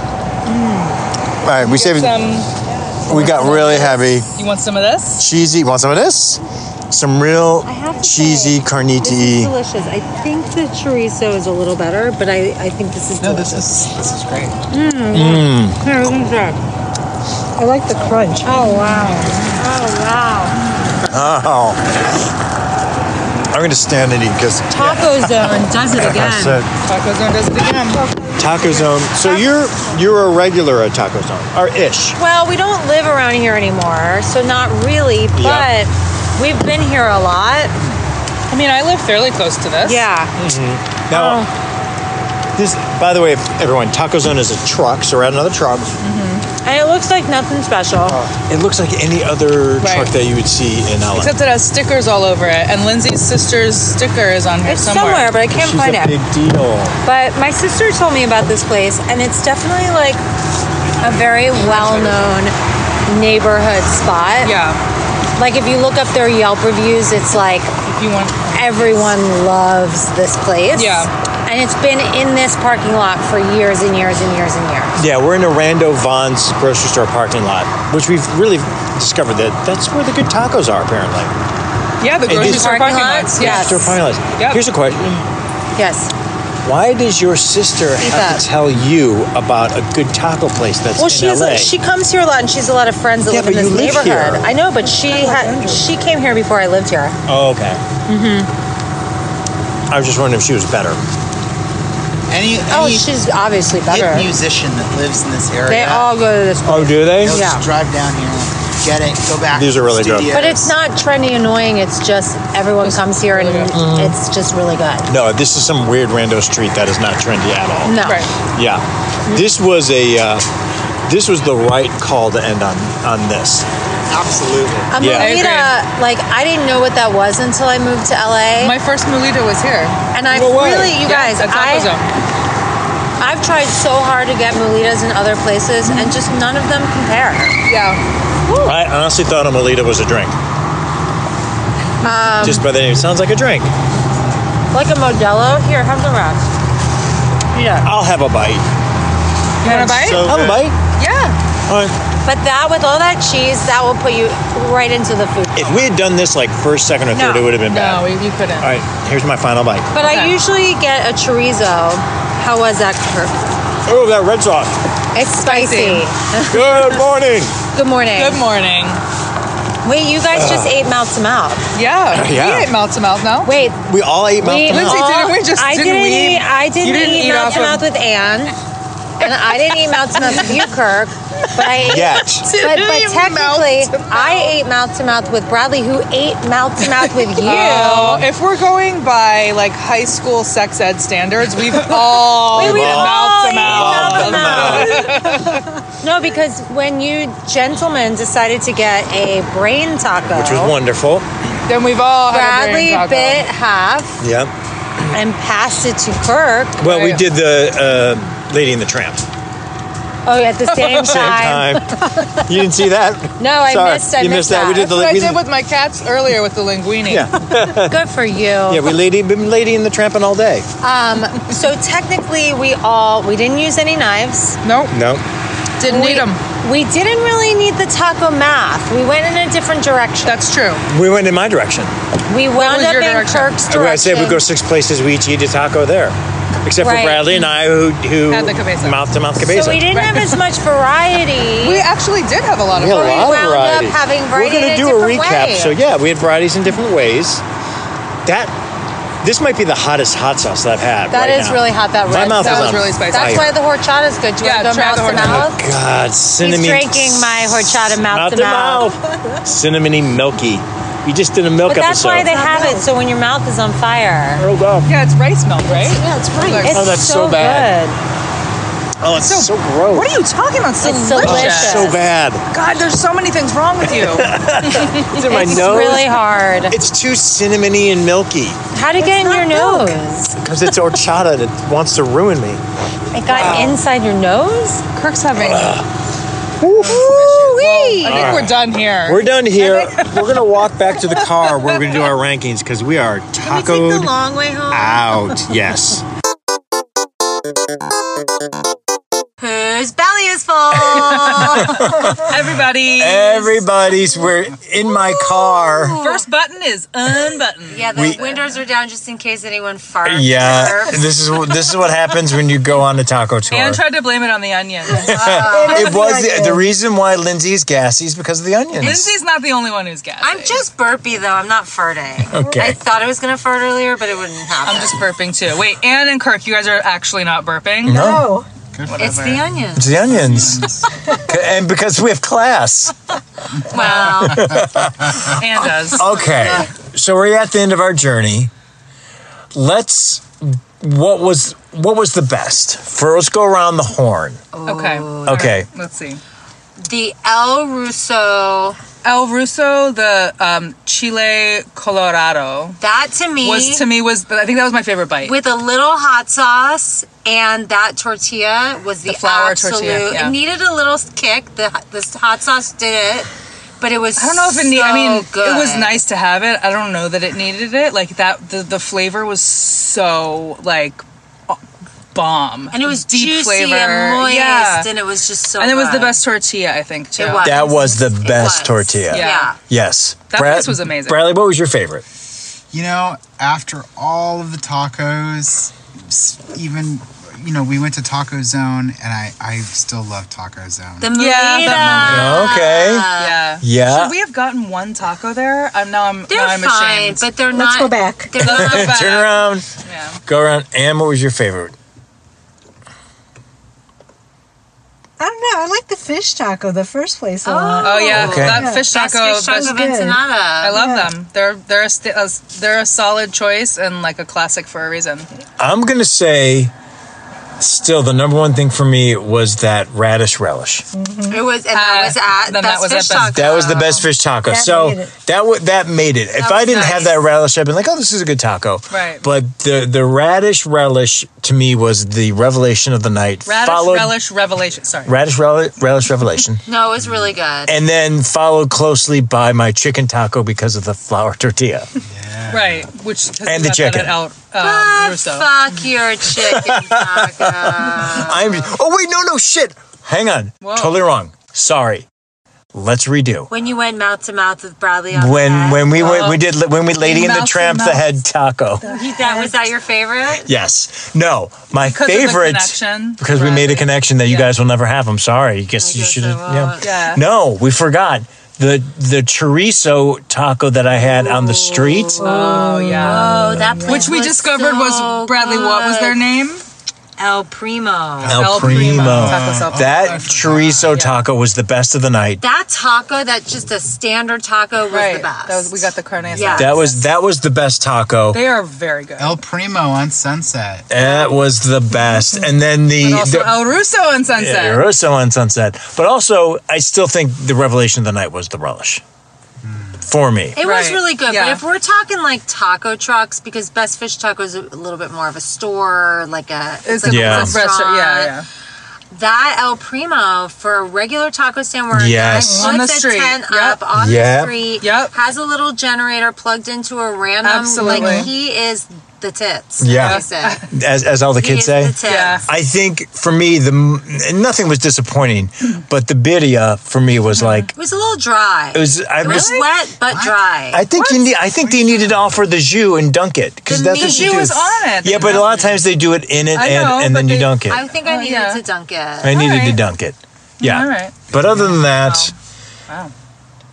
Speaker 2: Mm.
Speaker 1: All right, we saved
Speaker 7: Some,
Speaker 1: we got really heavy
Speaker 7: you want some of this?
Speaker 1: cheesy. Want some of this? Some real
Speaker 2: I have to
Speaker 1: cheesy
Speaker 2: say, This is
Speaker 1: carniti.
Speaker 2: delicious. I think the chorizo is a little better, but I, I think this is Mm-hmm.
Speaker 4: No, this
Speaker 2: delicious.
Speaker 1: Mm.
Speaker 4: is this is great.
Speaker 2: Here, we can try.
Speaker 9: I like the crunch.
Speaker 2: Oh wow. Oh wow.
Speaker 5: Oh.
Speaker 1: Oh.
Speaker 5: I'm going to stand and eat because
Speaker 2: Taco Zone does it
Speaker 5: I
Speaker 2: again.
Speaker 5: said
Speaker 7: Taco Zone does it again.
Speaker 1: Taco Zone. So you're you're a regular at Taco Zone, or ish.
Speaker 2: Well, we don't live around here anymore, so not really, but we've been here a lot.
Speaker 7: I mean, I live fairly close to this.
Speaker 2: Yeah.
Speaker 1: Now,
Speaker 2: Oh.
Speaker 1: this by the way, everyone, Taco Zone is a truck, so we're at another truck.
Speaker 2: And it looks like nothing special.
Speaker 1: It looks like any other
Speaker 7: Right.
Speaker 1: truck that you would see in LA.
Speaker 7: Except it has stickers all over it, and Lindsay's sister's sticker is on here
Speaker 2: it's somewhere, but I can't
Speaker 1: She's
Speaker 2: find
Speaker 1: a
Speaker 2: it.
Speaker 1: big deal.
Speaker 2: But my sister told me about this place, and it's definitely like a very well known neighborhood spot.
Speaker 7: Yeah,
Speaker 2: Like, if you look up their Yelp reviews, it's like
Speaker 7: if you want.
Speaker 2: everyone loves this place.
Speaker 7: Yeah.
Speaker 2: And it's been in this parking lot for years and years and years and years.
Speaker 1: Yeah, we're in a Rando Vaughn's grocery store parking lot, which we've really discovered that that's where the good tacos are, apparently.
Speaker 7: Yeah, the grocery
Speaker 1: these
Speaker 7: store
Speaker 2: parking
Speaker 7: parking
Speaker 2: lots?
Speaker 7: lots.
Speaker 2: Yes.
Speaker 1: Store parking lots.
Speaker 7: Yep.
Speaker 1: Here's a question:
Speaker 2: Yes.
Speaker 1: Why does your sister have
Speaker 2: up.
Speaker 1: to tell you about a good taco place that's
Speaker 2: Well,
Speaker 1: in
Speaker 2: she's
Speaker 1: LA?
Speaker 2: she comes here a lot, and she's a lot of friends that
Speaker 1: Yeah,
Speaker 2: live in
Speaker 1: but
Speaker 2: this
Speaker 1: you live
Speaker 2: neighborhood.
Speaker 1: here.
Speaker 2: I know, but she had she came here before I lived here.
Speaker 1: oh, okay. Mm-hmm. I was just wondering if she was better.
Speaker 10: Any,
Speaker 2: Oh,
Speaker 10: any
Speaker 2: she's obviously
Speaker 10: hip
Speaker 2: better.
Speaker 10: musician that lives in this area,
Speaker 2: They all go to this.
Speaker 1: Oh, do they?
Speaker 10: they'll
Speaker 2: Yeah.
Speaker 10: just drive down here, get it, go back.
Speaker 1: These
Speaker 10: to
Speaker 1: are
Speaker 10: the
Speaker 1: really good.
Speaker 10: studio.
Speaker 2: But it's not trendy, annoying. It's just everyone comes here, and
Speaker 7: Mm-hmm.
Speaker 2: it's just really good.
Speaker 1: No, this is some weird Rando street that is not trendy at all.
Speaker 2: No,
Speaker 7: Right.
Speaker 1: Yeah, this was a uh, this was the right call to end on on this.
Speaker 10: Absolutely.
Speaker 2: a
Speaker 1: Yeah. I
Speaker 7: agree.
Speaker 2: Melita, like I didn't know what that was until I moved to LA,
Speaker 7: My first Melita was here.
Speaker 2: and I
Speaker 1: No way.
Speaker 2: really, you guys,
Speaker 7: yeah, at Taco
Speaker 2: I
Speaker 7: Zone.
Speaker 2: I've tried so hard to get Melitas in other places, and just none of them compare.
Speaker 7: Yeah.
Speaker 1: I honestly thought a Melita was a drink. Just by the name, it sounds like a drink.
Speaker 2: Like a Modelo, here, have the rest. Yeah.
Speaker 1: I'll have a bite. uh,
Speaker 7: You want a bite?
Speaker 1: I'll have a bite.
Speaker 7: yeah.
Speaker 1: All right.
Speaker 2: But that with all that cheese, that will put you right into the food.
Speaker 1: If we had done this like first, second, or third,
Speaker 2: No.
Speaker 1: it would have been bad.
Speaker 7: No, you you couldn't.
Speaker 1: All right, here's my final bite.
Speaker 2: but I
Speaker 7: Okay.
Speaker 2: usually get a chorizo. How was that? Kirk?
Speaker 1: Oh, that red sauce.
Speaker 2: It's spicy.
Speaker 1: Good morning.
Speaker 2: Good morning.
Speaker 7: Good morning.
Speaker 2: Wait, you guys
Speaker 1: Uh.
Speaker 2: just ate mouth to mouth.
Speaker 7: Yeah.
Speaker 1: Yeah.
Speaker 7: We ate mouth to mouth now.
Speaker 2: Wait,
Speaker 1: We all ate mouth
Speaker 2: we
Speaker 1: to mouth.
Speaker 7: Lindsay, didn't we just-
Speaker 2: I
Speaker 7: didn't we
Speaker 2: eat,
Speaker 7: eat-
Speaker 2: I didn't,
Speaker 7: you didn't
Speaker 2: eat,
Speaker 7: eat
Speaker 2: mouth
Speaker 7: off
Speaker 2: to
Speaker 7: of-
Speaker 2: mouth with Anne, and I didn't eat mouth to mouth with you, Kirk. But I ate
Speaker 1: Yet.
Speaker 2: But, but technically, I ate mouth to mouth with Bradley, who ate mouth to mouth with you.
Speaker 7: Oh, if we're going by like high school sex ed standards, we've all
Speaker 2: Wait,
Speaker 7: been
Speaker 2: we've all
Speaker 7: mouth
Speaker 2: eaten
Speaker 7: to mouth.
Speaker 2: mouth to mouth. No, because when you gentlemen decided to get a brain taco,
Speaker 1: Which was wonderful.
Speaker 7: Then we've all had a
Speaker 2: Bradley
Speaker 7: brain taco.
Speaker 2: bit half
Speaker 1: Yeah.
Speaker 2: and passed it to Kirk.
Speaker 1: Well, we did the uh, Lady and the Tramp.
Speaker 2: Oh, at the same time.
Speaker 1: Same time. you didn't see that?
Speaker 2: No, I
Speaker 1: Sorry.
Speaker 2: missed- I
Speaker 1: you missed
Speaker 2: missed
Speaker 1: that. We
Speaker 2: that.
Speaker 1: did the
Speaker 7: That's what I
Speaker 1: we
Speaker 7: did with my cats earlier with the linguine.
Speaker 1: Yeah.
Speaker 2: Good for you.
Speaker 1: Yeah, we lady been Lady and the Tramping all day.
Speaker 2: Um, so technically, we all we didn't use any knives.
Speaker 7: Nope.
Speaker 1: No.
Speaker 7: Didn't
Speaker 2: we,
Speaker 7: need them.
Speaker 2: We didn't really need the taco math. We went in a different direction.
Speaker 7: That's true.
Speaker 1: We went in my direction.
Speaker 2: we wound
Speaker 7: was
Speaker 2: up in
Speaker 7: your direction?
Speaker 2: Kirk's direction.
Speaker 1: Well, I said we go six places, we each eat a taco there. Except
Speaker 2: Right.
Speaker 1: for Bradley and I, who, who
Speaker 7: Had the cabeza.
Speaker 1: mouth to mouth cabeza.
Speaker 2: so we didn't have as much variety.
Speaker 7: We actually did have a lot of
Speaker 1: We had a
Speaker 7: fun.
Speaker 1: lot of
Speaker 2: wound up
Speaker 1: variety.
Speaker 2: having
Speaker 1: We're
Speaker 2: variety
Speaker 1: gonna
Speaker 2: in a
Speaker 1: do a
Speaker 2: different
Speaker 1: recap.
Speaker 2: way.
Speaker 1: So yeah, we had varieties in different ways. That this might be the hottest hot sauce that I've had.
Speaker 2: That is really hot. That
Speaker 1: My
Speaker 2: red.
Speaker 1: mouth is
Speaker 2: sauce.
Speaker 7: was
Speaker 1: on
Speaker 7: really spicy.
Speaker 2: That's
Speaker 1: fire.
Speaker 2: why the horchata is good. Do you
Speaker 7: Yeah,
Speaker 2: want to go
Speaker 7: try
Speaker 2: mouth
Speaker 7: the
Speaker 2: to
Speaker 7: horchata.
Speaker 2: mouth?
Speaker 1: God, cinnamon.
Speaker 2: drinking my horchata mouth to mouth.
Speaker 1: Cinnamony milky. We just did a milk
Speaker 2: But that's
Speaker 1: episode.
Speaker 2: why they have it. So when your mouth is on fire,
Speaker 1: oh god.
Speaker 7: Yeah, it's rice milk, right? Yeah, it's rice.
Speaker 2: it's
Speaker 1: Oh, that's so bad.
Speaker 2: good.
Speaker 1: Oh, it's so, gross.
Speaker 7: What are you talking about? It's
Speaker 2: It's
Speaker 7: delicious.
Speaker 2: delicious.
Speaker 1: so bad.
Speaker 7: God, there's so many things wrong with you.
Speaker 1: It's in my
Speaker 2: It's
Speaker 1: nose.
Speaker 2: really hard.
Speaker 1: It's too cinnamony and milky
Speaker 2: How'd it get in your nose?
Speaker 1: because it's horchata that wants to ruin me.
Speaker 2: It got inside your nose?
Speaker 7: Kirk's having.
Speaker 2: Ooh-wee.
Speaker 7: I think we're done here.
Speaker 1: We're done here. We're gonna walk back to the car where we're gonna do our rankings because we are tacoed
Speaker 2: long way home?
Speaker 1: out. Yes.
Speaker 2: Whose belly is full?
Speaker 7: Everybody.
Speaker 1: Everybody's were in my car.
Speaker 7: First button is unbuttoned.
Speaker 2: yeah, the
Speaker 1: We-
Speaker 2: windows are down just in case anyone farts.
Speaker 1: Yeah,
Speaker 2: or burps.
Speaker 1: this is this is what happens when you go on a taco tour.
Speaker 7: Anne tried to blame it on the onions.
Speaker 1: it was the, the reason why Lindsay's gassy is because of the onions.
Speaker 7: Lindsay's not the only one who's gassy.
Speaker 2: I'm just burpy though. I'm not farting.
Speaker 1: Okay.
Speaker 2: I thought I was gonna fart earlier, but it wouldn't happen.
Speaker 7: I'm just burping too. Wait, Anne and Kirk, you guys are actually not burping.
Speaker 1: no,
Speaker 2: it's the onion.
Speaker 1: it's the onions, C- and because we have class.
Speaker 2: Well,
Speaker 7: Anne does.
Speaker 1: Okay, so we're at the end of our journey. Let's. What was what was the best? First, go around the horn.
Speaker 7: Okay.
Speaker 2: Oh,
Speaker 1: Okay.
Speaker 7: Let's see.
Speaker 2: the El Russo.
Speaker 7: El Russo, the um, Chile Colorado,
Speaker 2: That to me
Speaker 7: was to me was I think that was my favorite bite.
Speaker 2: with a little hot sauce and that tortilla was the,
Speaker 7: The flour
Speaker 2: absolute.
Speaker 7: tortilla, yeah.
Speaker 2: It needed a little kick. The the hot sauce did it, but it was.
Speaker 7: I don't know if it
Speaker 2: so
Speaker 7: needed. I mean,
Speaker 2: good.
Speaker 7: it was nice to have it. I don't know that it needed it. Like that, the, the flavor was so like bomb,
Speaker 2: and it was
Speaker 7: deep
Speaker 2: juicy
Speaker 7: flavor.
Speaker 2: and moist,
Speaker 7: yeah,
Speaker 2: and it was just so.
Speaker 7: and it was the
Speaker 2: good.
Speaker 7: best tortilla I think too.
Speaker 2: It was.
Speaker 1: That was the
Speaker 2: It
Speaker 1: best
Speaker 2: was.
Speaker 1: tortilla.
Speaker 7: Yeah.
Speaker 2: yeah.
Speaker 1: Yes,
Speaker 7: That
Speaker 1: Brad-
Speaker 7: place was amazing.
Speaker 1: Bradley, what was your favorite?
Speaker 10: You know, after all of the tacos, s- even you know, we went to Taco Zone, and I I still love Taco Zone.
Speaker 2: The
Speaker 7: Yeah,
Speaker 2: Merida.
Speaker 7: that
Speaker 1: Okay.
Speaker 7: Yeah,
Speaker 1: Yeah.
Speaker 7: Should we have gotten one taco there? I'm now. I'm now
Speaker 2: They're
Speaker 7: I'm
Speaker 2: fine,
Speaker 7: ashamed.
Speaker 2: but they're not.
Speaker 6: Let's go back.
Speaker 2: They're not
Speaker 7: But-
Speaker 1: Turn around,
Speaker 7: Yeah.
Speaker 1: go around. And what was your favorite?
Speaker 6: I don't know. I like the fish taco, the first place a lot.
Speaker 7: Oh yeah,
Speaker 1: Okay.
Speaker 7: that fish taco.
Speaker 2: Best fish taco
Speaker 7: that's-
Speaker 2: of
Speaker 6: good.
Speaker 2: Ensenada.
Speaker 7: I love
Speaker 6: Yeah.
Speaker 7: them. They're they're a, st- a s- they're a solid choice and like a classic for a reason.
Speaker 1: I'm gonna say, still the number one thing for me was that radish relish.
Speaker 2: It was, and that
Speaker 7: Uh,
Speaker 2: was at
Speaker 7: then that
Speaker 2: Best
Speaker 7: was at
Speaker 2: Fish
Speaker 7: Best-
Speaker 2: Taco.
Speaker 1: That was the best fish taco.
Speaker 6: That
Speaker 1: so
Speaker 6: made it.
Speaker 1: Um, that would that made it. if I
Speaker 2: was
Speaker 1: didn't have
Speaker 2: nice.
Speaker 1: that relish, I'd been like, oh, this is a good taco.
Speaker 7: Right.
Speaker 1: But the the radish relish to me was the revelation of the night.
Speaker 7: Radish
Speaker 1: followed,
Speaker 7: relish revelation. Sorry.
Speaker 1: Radish relish, relish revelation,
Speaker 2: No, it was really good.
Speaker 1: and then followed closely by my chicken taco because of the flour tortilla.
Speaker 7: Right, which has
Speaker 1: And the
Speaker 7: got that
Speaker 1: chicken.
Speaker 7: out
Speaker 2: Ah,
Speaker 7: um, Russo.
Speaker 2: fuck your chicken taco.
Speaker 1: I'm. Oh wait, no, no, shit. Hang on.
Speaker 7: Whoa.
Speaker 1: Totally wrong. Sorry. Let's redo.
Speaker 2: when you went mouth to mouth with Bradley on
Speaker 1: when
Speaker 2: the head,
Speaker 1: when we went we did when we lady in the
Speaker 7: Mouth to
Speaker 1: tramp the
Speaker 7: mouth.
Speaker 1: head taco
Speaker 2: he- that was that your favorite?
Speaker 1: yes no my
Speaker 7: Because of the
Speaker 1: favorite
Speaker 7: connection,
Speaker 1: because we made a
Speaker 7: Bradley.
Speaker 1: connection that you
Speaker 7: Yeah. Oh,
Speaker 1: guys will never have i'm sorry i guess
Speaker 2: I
Speaker 1: you
Speaker 2: guess
Speaker 1: should
Speaker 2: I
Speaker 1: have
Speaker 2: won't.
Speaker 7: Yeah.
Speaker 1: no we forgot the the chorizo taco that i had on the street
Speaker 7: Oh yeah.
Speaker 2: Oh, that place
Speaker 7: Which we
Speaker 2: was
Speaker 7: discovered
Speaker 2: so
Speaker 7: was Bradley. What was their
Speaker 2: good.
Speaker 7: name?
Speaker 2: El Primo.
Speaker 1: El
Speaker 7: Taco Cell.
Speaker 1: that chorizo taco was the best of the night
Speaker 2: That taco, that just a standard taco, was
Speaker 7: right.
Speaker 2: the best.
Speaker 7: That was, we got the carne asada.
Speaker 2: Yeah.
Speaker 1: that was that was the best taco
Speaker 7: They are very good.
Speaker 10: El Primo on Sunset.
Speaker 1: that was the best and then the,
Speaker 7: but also
Speaker 1: the
Speaker 7: El Russo and Sunset.
Speaker 1: Yeah, Rosso on Sunset. But also, I still think the revelation of the night was the relish. For me.
Speaker 2: It was
Speaker 7: Right.
Speaker 2: really good,
Speaker 7: Yeah.
Speaker 2: but if we're talking like taco trucks, because Best Fish Taco is a little bit more of a store, like a
Speaker 7: It's
Speaker 2: like
Speaker 7: a
Speaker 1: a Yeah.
Speaker 7: it's a restaurant. Yeah, yeah.
Speaker 2: That El Primo for a regular taco stand where
Speaker 1: Yes.
Speaker 2: a guy
Speaker 7: On
Speaker 2: puts
Speaker 7: the
Speaker 2: a
Speaker 7: street.
Speaker 2: tent
Speaker 7: Yep.
Speaker 2: up on
Speaker 1: Yep.
Speaker 2: the street,
Speaker 7: Yep.
Speaker 2: has a little generator plugged into a random,
Speaker 7: Absolutely.
Speaker 2: like he is the tits.
Speaker 1: Yeah.
Speaker 2: as they say.
Speaker 1: As, as all the
Speaker 2: He
Speaker 1: kids
Speaker 2: is
Speaker 1: say.
Speaker 2: the tits.
Speaker 7: Yeah.
Speaker 1: I think for me, the m- and nothing was disappointing, but the birria for me was like
Speaker 2: It was a little dry.
Speaker 1: it was. I
Speaker 2: It was
Speaker 1: was.
Speaker 2: wet but dry.
Speaker 1: I think you need. I think they needed to offer the jus and dunk it because
Speaker 2: The
Speaker 1: that's what
Speaker 2: meat
Speaker 1: you
Speaker 7: She
Speaker 1: do.
Speaker 7: was on it.
Speaker 1: yeah, but a lot of times they do it in it
Speaker 7: I
Speaker 1: and,
Speaker 7: know,
Speaker 1: and then
Speaker 7: but
Speaker 1: you
Speaker 7: they-
Speaker 1: dunk it.
Speaker 2: I think I
Speaker 7: Oh,
Speaker 2: needed
Speaker 7: yeah.
Speaker 2: to dunk it.
Speaker 1: I needed to
Speaker 7: Alright.
Speaker 1: dunk it. Yeah.
Speaker 7: Alright.
Speaker 1: But other than that,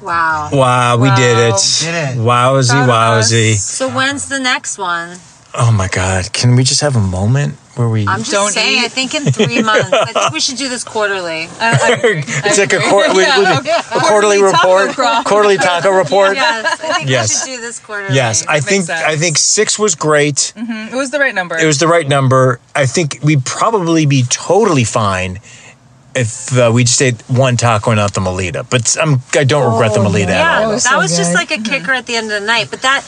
Speaker 2: wow.
Speaker 1: wow, we did it.
Speaker 10: Did it.
Speaker 1: Wowsy,
Speaker 7: Proud of us.
Speaker 1: wowsy.
Speaker 2: So when's the next one?
Speaker 1: Oh my God! Can we just have a moment where we
Speaker 2: I'm just
Speaker 7: Don't
Speaker 2: saying.
Speaker 7: eat.
Speaker 2: I think in three months. I think we should do this quarterly.
Speaker 1: it's like a, quar- we- we- a quarterly report, quarterly taco report?
Speaker 2: Yes, I think
Speaker 1: Yes.
Speaker 2: we should do this quarterly.
Speaker 1: Yes, I
Speaker 7: makes
Speaker 1: think
Speaker 7: sense.
Speaker 1: I think six was great.
Speaker 7: It was the right number.
Speaker 1: It was the right number. I think we'd probably be totally fine if uh, we just ate one taco and not the Melita. But I'm, I don't regret the Melita at
Speaker 2: yeah,
Speaker 1: all.
Speaker 2: that was,
Speaker 6: so
Speaker 2: just
Speaker 6: good.
Speaker 2: like a kicker at the end of the night. But that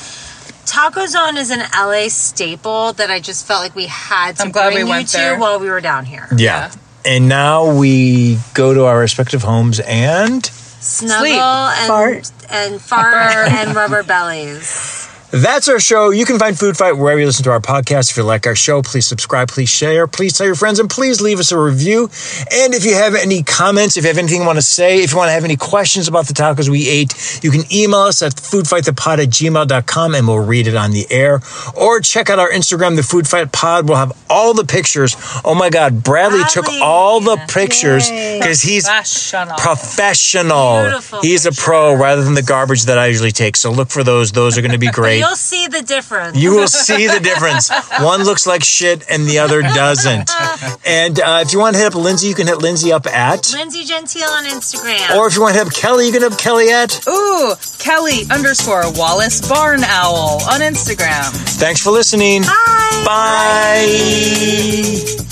Speaker 2: Taco Zone is an LA staple that I just felt like we had to
Speaker 7: I'm glad we
Speaker 2: bring you
Speaker 7: went
Speaker 2: to
Speaker 7: there.
Speaker 2: while we were down here.
Speaker 1: Yeah. And now we go to our respective homes and
Speaker 2: Snuggle
Speaker 7: Sleep.
Speaker 2: and
Speaker 6: Fart.
Speaker 2: and fart and rubber bellies.
Speaker 1: That's our show. You can find Food Fight wherever you listen to our podcast. If you like our show, please subscribe, please share, please tell your friends, and please leave us a review. And if you have any comments, if you have anything you want to say, if you want to have any questions about the tacos we ate, you can email us at foodfightthepod at gmail.com and we'll read it on the air. Or check out our Instagram, The Food Fight Pod. We'll have all the pictures. Oh my God, Bradley, took
Speaker 7: Bradley.
Speaker 1: all the pictures because he's
Speaker 7: Professional.
Speaker 1: professional.
Speaker 7: Beautiful
Speaker 1: He's a
Speaker 7: picture.
Speaker 1: pro rather than the garbage that I usually take. So look for those. Those are going to be great.
Speaker 2: You'll see the difference.
Speaker 1: You will see the difference. One looks like shit and the other doesn't. And uh, if you want to hit up Lindsay, you can hit Lindsay up at.
Speaker 2: Lindsay Gentile on Instagram.
Speaker 1: Or if you want to hit up Kelly, you can hit up Kelly at.
Speaker 7: Ooh, Kelly underscore Wallace Barn Owl on Instagram.
Speaker 1: Thanks for listening. Bye. Bye.